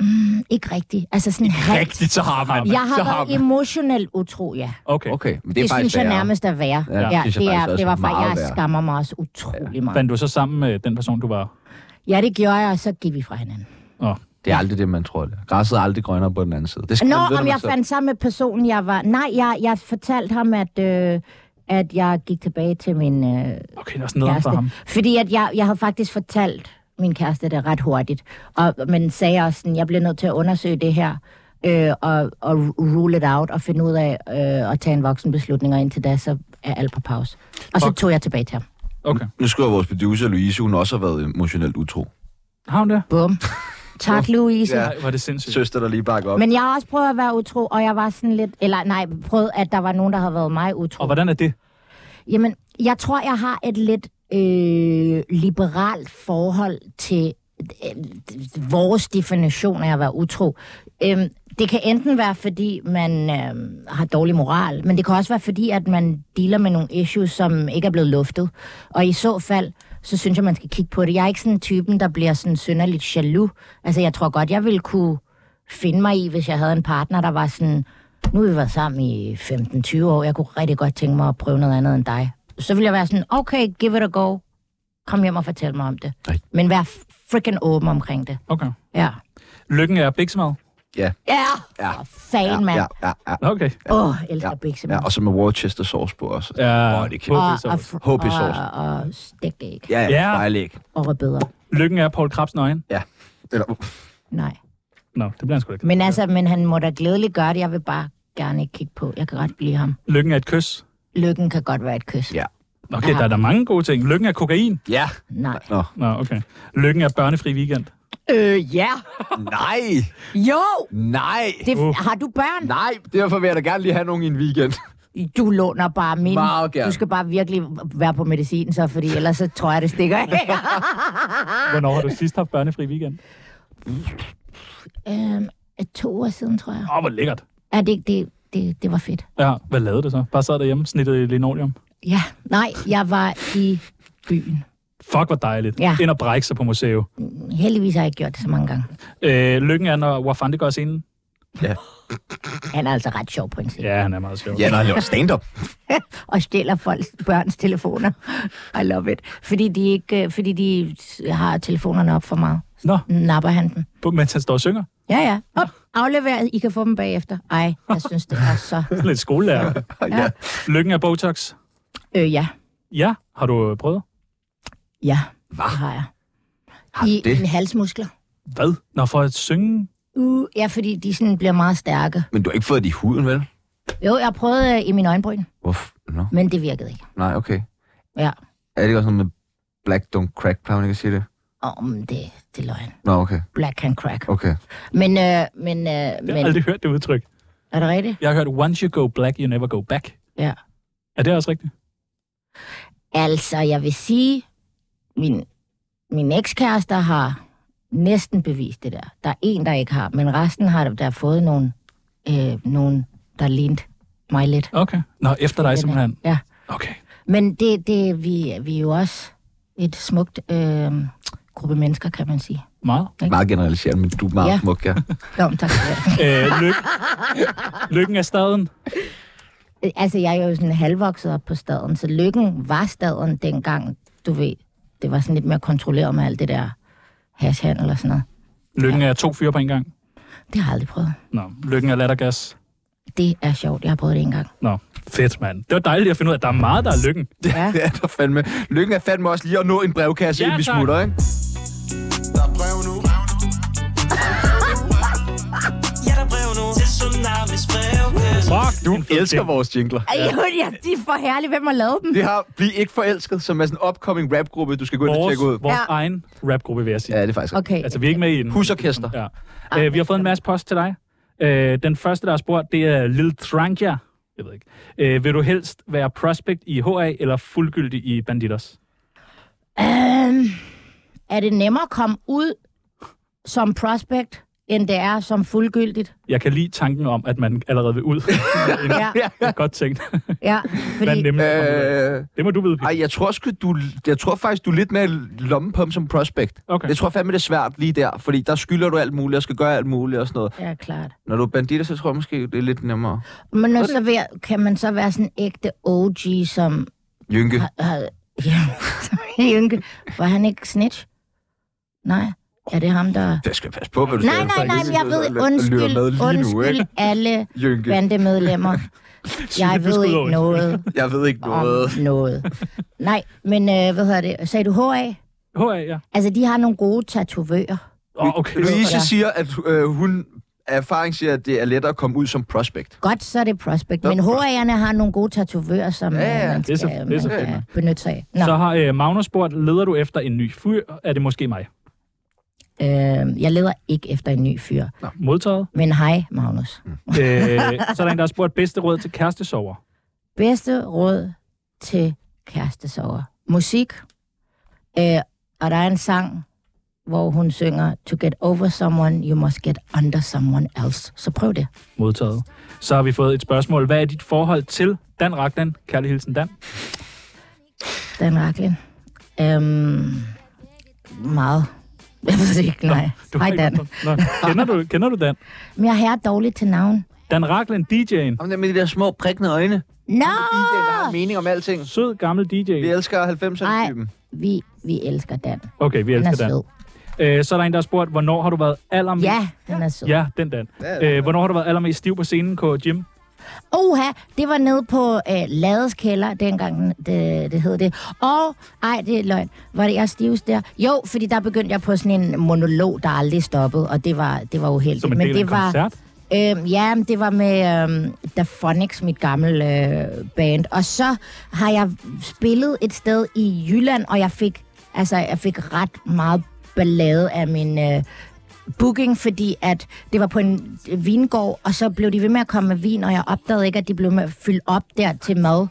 Speaker 4: Mm, ikke rigtigt. Altså sådan halvt.
Speaker 2: Rigtigt, så har man.
Speaker 4: Jeg har
Speaker 2: så har
Speaker 4: været
Speaker 2: man.
Speaker 4: emotionelt utro, ja.
Speaker 3: Okay. okay.
Speaker 2: Okay, men det
Speaker 4: Det,
Speaker 2: er
Speaker 4: det
Speaker 2: faktisk
Speaker 4: synes jeg
Speaker 2: værre.
Speaker 4: nærmest er værre.
Speaker 2: Ja, det
Speaker 4: Ja,
Speaker 2: synes jeg
Speaker 4: det,
Speaker 2: faktisk
Speaker 4: er,
Speaker 2: også
Speaker 4: det var
Speaker 2: er
Speaker 4: faktisk,
Speaker 2: meget
Speaker 4: jeg
Speaker 2: værre.
Speaker 4: skammer mig også utrolig meget.
Speaker 3: Fandt du så sammen med den person, du var?
Speaker 4: Ja, det gjorde jeg, og så gik vi fra hinanden.
Speaker 2: Det er aldrig det, man tror. Det. er. Græsset er aldrig grønnere på den anden side. Det skal man
Speaker 4: Nå,
Speaker 2: vide,
Speaker 4: om
Speaker 2: når
Speaker 4: jeg
Speaker 2: man
Speaker 4: fandt sammen med personen, jeg var... Nej, jeg, jeg fortalte ham, at, øh, at jeg gik tilbage til min øh,
Speaker 3: Okay, der er sådan noget for ham.
Speaker 4: kæreste. Fordi at jeg, jeg havde faktisk fortalt min kæreste det ret hurtigt. Og, men sagde også sådan, jeg bliver nødt til at undersøge det her. Øh, og, og rule it out og finde ud af øh, at tage en voksen beslutning, og indtil da, så er alt på pause. Og så
Speaker 3: Fuck.
Speaker 4: tog jeg tilbage til ham.
Speaker 3: Okay.
Speaker 2: Nu skriver vores producer Louise, hun også har været emotionelt utro.
Speaker 3: Har hun det?
Speaker 4: Bum. Tak, Louise.
Speaker 2: Ja.
Speaker 4: Ja.
Speaker 3: Nej, var det sindssygt.
Speaker 2: Søster, der lige bakker op.
Speaker 4: Men jeg har også prøvet at være utro, og jeg var sådan lidt... Eller nej, prøvet, at der var nogen, der havde været mig utro.
Speaker 3: Og hvordan er det?
Speaker 4: Jamen, jeg tror, jeg har et lidt øh, liberalt forhold til øh, vores definition af at være utro. Øhm, det kan enten være, fordi man øh, har dårlig moral, men det kan også være, fordi at man dealer med nogle issues, som ikke er blevet luftet. Og i så fald, så synes jeg, man skal kigge på det. Jeg er ikke sådan typen, der bliver sådan synderligt jaloux. Altså, jeg tror godt, jeg ville kunne finde mig i, hvis jeg havde en partner, der var sådan, nu har vi været sammen i 15-20 år, jeg kunne rigtig godt tænke mig at prøve noget andet end dig. Så ville jeg være sådan, okay, give it a go. Kom hjem og fortæl mig om det.
Speaker 2: Nej.
Speaker 4: Men vær freaking åben omkring det.
Speaker 3: Okay.
Speaker 4: Ja.
Speaker 3: Lykken er biksemad.
Speaker 4: Ja!
Speaker 2: Ja.
Speaker 4: Åh, Fan, mand.
Speaker 2: ja,
Speaker 4: Åh,
Speaker 2: ja, ja.
Speaker 3: Okay.
Speaker 4: ja. oh, elsker
Speaker 2: Ja.
Speaker 4: ja. Bixen.
Speaker 2: ja. Og så med Worcester sauce på også.
Speaker 3: Ja,
Speaker 2: Åh, det kan-
Speaker 4: og,
Speaker 3: håbløs
Speaker 4: og,
Speaker 3: også.
Speaker 4: fr-
Speaker 2: HP
Speaker 4: og,
Speaker 2: sauce.
Speaker 4: og stegt æg.
Speaker 2: Ja, ja.
Speaker 3: Ja.
Speaker 2: Dejlig ikke.
Speaker 4: Og rødbeder.
Speaker 3: Lykken er Paul Krabs nøgen.
Speaker 2: Eller,
Speaker 4: Nej.
Speaker 3: Nå, det bliver han sgu ikke.
Speaker 4: Men altså, men han må da glædeligt gøre det. Jeg vil bare gerne ikke kigge på. Jeg kan godt blive ham.
Speaker 3: Lykken er et kys.
Speaker 4: Lykken kan godt være et kys.
Speaker 2: Ja.
Speaker 3: Okay, der er der mange gode ting. Lykken er kokain.
Speaker 2: ja.
Speaker 4: Nej.
Speaker 2: Nå.
Speaker 3: Nå, okay. Lykken er børnefri weekend.
Speaker 4: Øh, ja.
Speaker 2: Nej,
Speaker 4: Jo!
Speaker 2: nej,
Speaker 4: Det,
Speaker 3: Uh.
Speaker 4: Har du børn?
Speaker 2: nej. Derfor vil jeg da gerne lige have nogen i en weekend.
Speaker 4: Du låner bare min.
Speaker 2: Meget gerne.
Speaker 4: Du skal bare virkelig være på medicin, så, fordi ellers så tror jeg, det stikker af.
Speaker 3: Hvornår har du sidst haft børnefri weekend?
Speaker 4: øhm, to år siden, tror jeg.
Speaker 3: Åh, oh, hvor lækkert.
Speaker 4: Ja, det, det, det, det var fedt.
Speaker 3: Ja, hvad lavede du så? Bare sad derhjemme, snittede i linoleum.
Speaker 4: Ja, nej, jeg var i byen.
Speaker 3: Fuck, hvor dejligt.
Speaker 4: Ja.
Speaker 3: Ind og brække sig på museet.
Speaker 4: Heldigvis har jeg ikke gjort det så mange gange.
Speaker 3: Øh, lykken er, når Wafande går af scenen.
Speaker 4: Han er altså ret sjov på en scene.
Speaker 3: Ja, han er meget sjov.
Speaker 2: Ja, når han laver stand-up.
Speaker 4: Og stjæler folks børns telefoner. I love it. Fordi de, ikke, øh, fordi de har telefonerne op for meget.
Speaker 3: Nå,
Speaker 4: Napper han den.
Speaker 3: på- mens han står og synger.
Speaker 4: Ja, ja. Op, afleveret. I kan få dem bagefter. Ej, jeg synes, det er så...
Speaker 3: Lidt skolelærer.
Speaker 2: Ja.
Speaker 3: Lykken er Botox.
Speaker 4: Øh, ja.
Speaker 3: Ja, har du øh, prøvet?
Speaker 4: Ja,
Speaker 2: Hva?
Speaker 4: det har jeg.
Speaker 2: Har
Speaker 4: I
Speaker 2: det?
Speaker 4: mine halsmuskler.
Speaker 3: Hvad? Nå, for at synge?
Speaker 4: Uh, ja, fordi de sådan bliver meget stærke.
Speaker 2: Men du har ikke fået det i huden, vel?
Speaker 4: Jo, jeg prøvede øh, i min øjenbryn,
Speaker 2: Uff, no.
Speaker 4: men det virkede ikke.
Speaker 2: Nej, okay.
Speaker 4: Ja.
Speaker 2: Er det ikke også noget med black don't crack, plejer man ikke at sige det?
Speaker 4: Åh, oh, det, det er løgn.
Speaker 2: Nå, okay,
Speaker 4: Black can crack.
Speaker 2: okay.
Speaker 4: Men, øh, men, øh,
Speaker 3: Jeg
Speaker 4: men
Speaker 3: har aldrig hørt det udtryk.
Speaker 4: er det rigtigt?
Speaker 3: Jeg har hørt, once you go black, you never go back.
Speaker 4: Ja.
Speaker 3: Er det også rigtigt?
Speaker 4: Altså, jeg vil sige, min, min ekskæreste har næsten bevist det der. Der er en, der ikke har, men resten har der fået nogle, øh, nogle der lignede mig lidt.
Speaker 3: Okay. Nå, efter dig simpelthen.
Speaker 4: Ja.
Speaker 3: Okay.
Speaker 4: Men det, det, vi, vi er jo også et smukt øh, gruppe mennesker, kan man sige.
Speaker 3: Meget.
Speaker 2: Meget generaliserende, men du er meget
Speaker 4: Ja.
Speaker 2: ja. smuk, ja.
Speaker 4: Nå, men tak skal du have.
Speaker 3: Øh, lykke. Lykken er staden.
Speaker 4: Øh, Altså, jeg er jo sådan halvvokset op på staden, så lykken var staden dengang, du ved. Det var sådan lidt mere kontrolleret med alt det der hashhandel og sådan noget.
Speaker 3: Lykken er to fyre på en gang.
Speaker 4: Det har jeg aldrig prøvet.
Speaker 3: Nå, lykken er lattergas.
Speaker 4: Det er sjovt, jeg har prøvet det en gang.
Speaker 3: Nå, fedt, mand. Det var dejligt at finde ud af, at der er meget, der er lykken.
Speaker 4: Ja.
Speaker 2: Det er der fandme. Lykken er fandme også lige at nå en brevkasse,
Speaker 3: Ja,
Speaker 2: ja, inden vi
Speaker 3: tak.
Speaker 2: smutter, ikke?
Speaker 8: Der er brev nu.
Speaker 7: Ja, der er brev nu til Tsunamis brevkasse.
Speaker 3: Fuck,
Speaker 2: Du elsker vores jingler.
Speaker 4: Ej, jo, ja, de er for herlige. Hvem har lavet dem?
Speaker 2: Det har Bliv ikke forelsket, som er sådan en upcoming rapgruppe, du skal gå ind og
Speaker 3: vores,
Speaker 2: tjekke ud.
Speaker 3: vores
Speaker 4: Ja.
Speaker 3: egen rapgruppe, vil jeg sige.
Speaker 2: Ja, det er faktisk
Speaker 4: Okay.
Speaker 3: Altså, vi er ikke med i den.
Speaker 2: Husorkester.
Speaker 3: Ja. Øh, vi har fået en masse post til dig. Øh, den første, der har spurgt, det er Lil Trangia. Jeg ved ikke. Øh, vil du helst være prospect i HA eller fuldgyldig i Banditos?
Speaker 4: Øhm, er det nemmere at komme ud som prospect, end det er som fuldgyldigt?
Speaker 3: Jeg kan lide tanken om, at man allerede vil ud. ja.
Speaker 4: Ja,
Speaker 3: Det er godt tænkt.
Speaker 4: ja.
Speaker 3: Hvad er
Speaker 4: Fordi,
Speaker 3: nemlig at komme ud af?
Speaker 2: Øh,
Speaker 3: Det må du vide, Peter.
Speaker 2: ej, jeg tror, sgu, du, jeg tror faktisk, du er lidt mere lommen på ham som prospect.
Speaker 3: Okay.
Speaker 2: Jeg tror fandme, det er svært lige der, fordi der skylder du alt muligt og skal gøre alt muligt og sådan noget.
Speaker 4: ja, klart.
Speaker 2: Når du er banditter, så tror jeg måske, det er lidt nemmere.
Speaker 4: Men når så være, kan man så være sådan en ægte OG, som
Speaker 2: Jynke.
Speaker 4: har- har... Ja, som Jynke. Var han ikke snitch? Nej. Er det ham, der...
Speaker 2: Det skal jeg passe på, hvad du
Speaker 4: Nej,
Speaker 2: siger.
Speaker 4: nej, nej, men jeg ved,
Speaker 2: lytter
Speaker 4: undskyld,
Speaker 2: med lige nu,
Speaker 4: undskyld
Speaker 2: ikke?
Speaker 4: alle
Speaker 2: Jynke.
Speaker 4: bandemedlemmer. Jeg ved ikke noget
Speaker 2: Jeg ved ikke noget.
Speaker 4: om noget. Nej, men øh, hvad hedder det? Sagde du HA?
Speaker 3: HA, ja.
Speaker 4: Altså, de har nogle gode tatovører.
Speaker 3: Oh, okay.
Speaker 2: Louise
Speaker 4: Ja.
Speaker 2: siger, at øh, hun af erfaring siger, at det er lettere at komme ud som prospect.
Speaker 4: Godt, så er det prospect.
Speaker 2: Nå,
Speaker 4: Men HA'erne har nogle gode tatovører, som
Speaker 2: Ja,
Speaker 4: ja,
Speaker 2: ja,
Speaker 4: ja, man
Speaker 3: det er
Speaker 4: skal,
Speaker 3: så- det er
Speaker 4: man
Speaker 3: så
Speaker 4: kan
Speaker 2: fint.
Speaker 4: benytte sig af. Nå,
Speaker 3: Så har øh, Magnus spurgt, leder du efter en ny fyr? Er det måske mig?
Speaker 4: øh, jeg leder ikke efter en ny fyr.
Speaker 3: Modtaget.
Speaker 4: Men hej, Magnus.
Speaker 3: øh, så er der en, der har spurgt, bedste råd til kærestesover?
Speaker 4: Bedste råd til kærestesover. Musik. Øh, og der er en sang, hvor hun synger, To get over someone, you must get under someone else. Så prøv det.
Speaker 3: Modtaget. Så har vi fået et spørgsmål. Hvad er dit forhold til Dan Ragnan? Kærlig hilsen, Dan.
Speaker 4: Dan Raklin. Øhm, meget. Jeg ved det ikke, nej.
Speaker 3: har
Speaker 4: Hej,
Speaker 3: ikke
Speaker 4: Dan.
Speaker 3: noget- Nå, kender, du, kender du Dan?
Speaker 4: Men jeg er herre dårlig til navn.
Speaker 3: Dan Raglan, DJ'en.
Speaker 2: Om det med de der små prikkende øjne.
Speaker 4: Nå!
Speaker 2: DJ, der
Speaker 4: Ah!
Speaker 2: har mening om alting.
Speaker 3: Sød gammel DJ.
Speaker 2: Vi elsker 90'erne-typen.
Speaker 4: Vi, vi elsker Dan.
Speaker 3: Okay, vi
Speaker 4: Han er
Speaker 3: elsker Dan.
Speaker 4: sød.
Speaker 3: Øh, så er der en, der har spurgt, hvornår har du været allermest...
Speaker 4: Ja, han er sød.
Speaker 3: Ja, den Dan. Øh, hvornår har du været allermest stiv på scenen, K. Jim?
Speaker 4: Oha, det var nede på øh, Lades kælder, dengang det, det hed det. Og, ej, det er løgn. Var det jeg stivest der? Jo, fordi der begyndte jeg på sådan en monolog, der aldrig stoppede, og det var, det var uheldigt.
Speaker 3: Som en del af
Speaker 4: det
Speaker 3: en
Speaker 4: var,
Speaker 3: koncert?
Speaker 4: Øhm, ja, men det var med øhm, Da Phonics, mit gamle øh, band. Og så har jeg spillet et sted i Jylland, og jeg fik, altså, jeg fik ret meget ballade af min øh, booking, fordi at det var på en øh, vingård, og så blev de ved med at komme med vin, og jeg opdagede ikke, at de blev med at fylde op der til mad.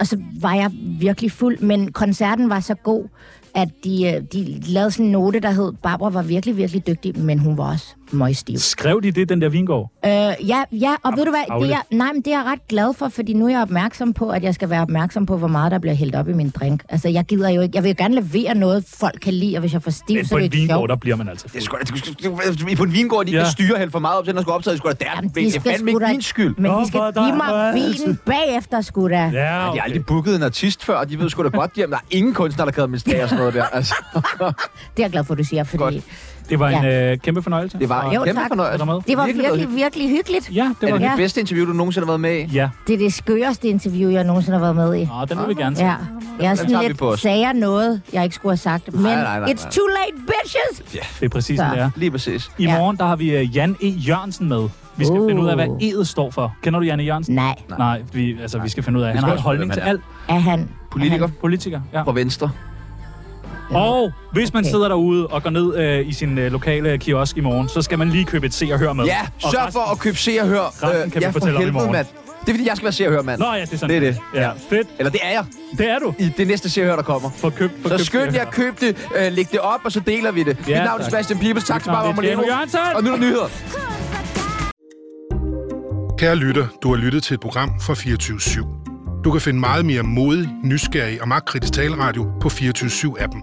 Speaker 4: Og så var jeg virkelig fuld, men koncerten var så god, at de, øh, de lavede sådan en note, der hed, Barbara var virkelig, virkelig dygtig, men hun var også møgstiv.
Speaker 3: Skrev de det, den der vingård?
Speaker 4: Øh, ja, ja, og ved du hvad, det
Speaker 3: ærgerligt.
Speaker 4: er, nej, men det er jeg ret glad for, fordi nu er jeg opmærksom på, at jeg skal være opmærksom på, hvor meget der bliver hældt op i min drink. Altså, jeg gider jo ikke, jeg vil jo gerne levere noget, folk kan lide, og hvis jeg får stiv,
Speaker 3: Men
Speaker 4: så
Speaker 3: på
Speaker 4: er det
Speaker 3: en
Speaker 4: ikke
Speaker 3: vingård,
Speaker 4: sjovt.
Speaker 3: der bliver man altså
Speaker 2: Det er
Speaker 3: fuld.
Speaker 2: sgu da- det er sgu- det er- på en vingård, de ja.
Speaker 3: Ja.
Speaker 2: kan styre helt for meget op til, når skal optage, det skulle da deres
Speaker 4: Jamen, de
Speaker 2: vin. Det er
Speaker 4: skal
Speaker 2: fandme
Speaker 4: sgu
Speaker 2: ikke
Speaker 4: da-
Speaker 2: min skyld.
Speaker 4: Men
Speaker 3: Nå,
Speaker 4: de skal
Speaker 3: for
Speaker 4: give
Speaker 3: der
Speaker 4: mig
Speaker 3: er
Speaker 4: vinen bagefter, sgu da. Ja.
Speaker 3: Ja,
Speaker 2: De har
Speaker 3: okay.
Speaker 2: aldrig booket en artist før, og de ved sgu da godt, at der er ingen kunstner, der kan administrere sådan noget der. Altså,
Speaker 4: Det er jeg glad for, du siger, fordi
Speaker 2: Godt.
Speaker 3: Det var en øh, kæmpe fornøjelse.
Speaker 2: det var
Speaker 4: Jo,
Speaker 2: en kæmpe
Speaker 4: tak.
Speaker 2: fornøjelse.
Speaker 3: Er der med?
Speaker 4: det var
Speaker 2: Virkelig noget
Speaker 4: virkelig, virkelig hyggeligt.
Speaker 3: Ja, det
Speaker 2: Er
Speaker 3: var
Speaker 2: det
Speaker 3: det.
Speaker 2: det bedste interview, du nogensinde har været med i?
Speaker 3: Ja,
Speaker 4: Det er det skøreste interview, jeg nogensinde har været med i.
Speaker 3: Nå, den vil vi gerne se.
Speaker 4: Ja. Jeg er
Speaker 2: tager vi
Speaker 4: sådan
Speaker 2: på
Speaker 4: lidt,
Speaker 2: os.
Speaker 4: sagde jeg noget, jeg ikke skulle have sagt, men
Speaker 2: nej, nej, nej.
Speaker 4: it's too late, bitches!
Speaker 3: Det er præcis, sådan, det er.
Speaker 2: Lige præcis.
Speaker 3: I
Speaker 4: Ja.
Speaker 3: morgen, der har vi øh, Jan E. Jørgensen med. Vi skal
Speaker 4: Uh.
Speaker 3: finde ud af, hvad E'et står for. Kender du Jan E. Jørgensen?
Speaker 4: Nej,
Speaker 3: Nej, vi, altså, vi skal finde ud af. Han
Speaker 2: skal
Speaker 3: har en
Speaker 2: også
Speaker 3: holdning til
Speaker 2: finde ud af,
Speaker 3: alt.
Speaker 4: er han...
Speaker 2: Politiker
Speaker 3: Politiker, ja.
Speaker 2: fra Venstre.
Speaker 3: Og hvis man
Speaker 4: Okay.
Speaker 3: sidder derude og går ned øh, i sin øh, lokale kiosk i morgen, så skal man lige købe et se og hør med.
Speaker 2: Ja,
Speaker 3: Og
Speaker 2: sørg
Speaker 3: resten-
Speaker 2: for at købe Se og Hør. Øh,
Speaker 3: Resten kan vi
Speaker 2: ja, for
Speaker 3: fortælle om i
Speaker 2: helvede,
Speaker 3: morgen.
Speaker 2: mand. Det er fordi, jeg skal være Se og Hør, mand.
Speaker 3: Nå ja, det er sådan.
Speaker 2: Det er det.
Speaker 3: Ja, fedt.
Speaker 2: Eller det er jeg
Speaker 3: Det er du.
Speaker 2: i det næste Se og Hør, der kommer.
Speaker 3: For køb, for
Speaker 2: Så
Speaker 3: køb
Speaker 2: skynd
Speaker 3: Se
Speaker 2: jer
Speaker 3: og
Speaker 2: at
Speaker 3: Hør.
Speaker 2: købe det, øh, læg det op, og så deler vi det.
Speaker 3: Ja,
Speaker 2: Mit navn er
Speaker 3: tak.
Speaker 2: Sebastian Pibels. Tak til
Speaker 3: navn
Speaker 2: Barbara
Speaker 3: er Jano
Speaker 2: Molino.
Speaker 3: Jørgensen.
Speaker 2: Og nu er der nyheder.
Speaker 10: Kære lytter, du har lyttet til et program fra 24 /7. Du kan finde meget mere modig, nysgerrig og magtkritisk taleradio på 24 7 appen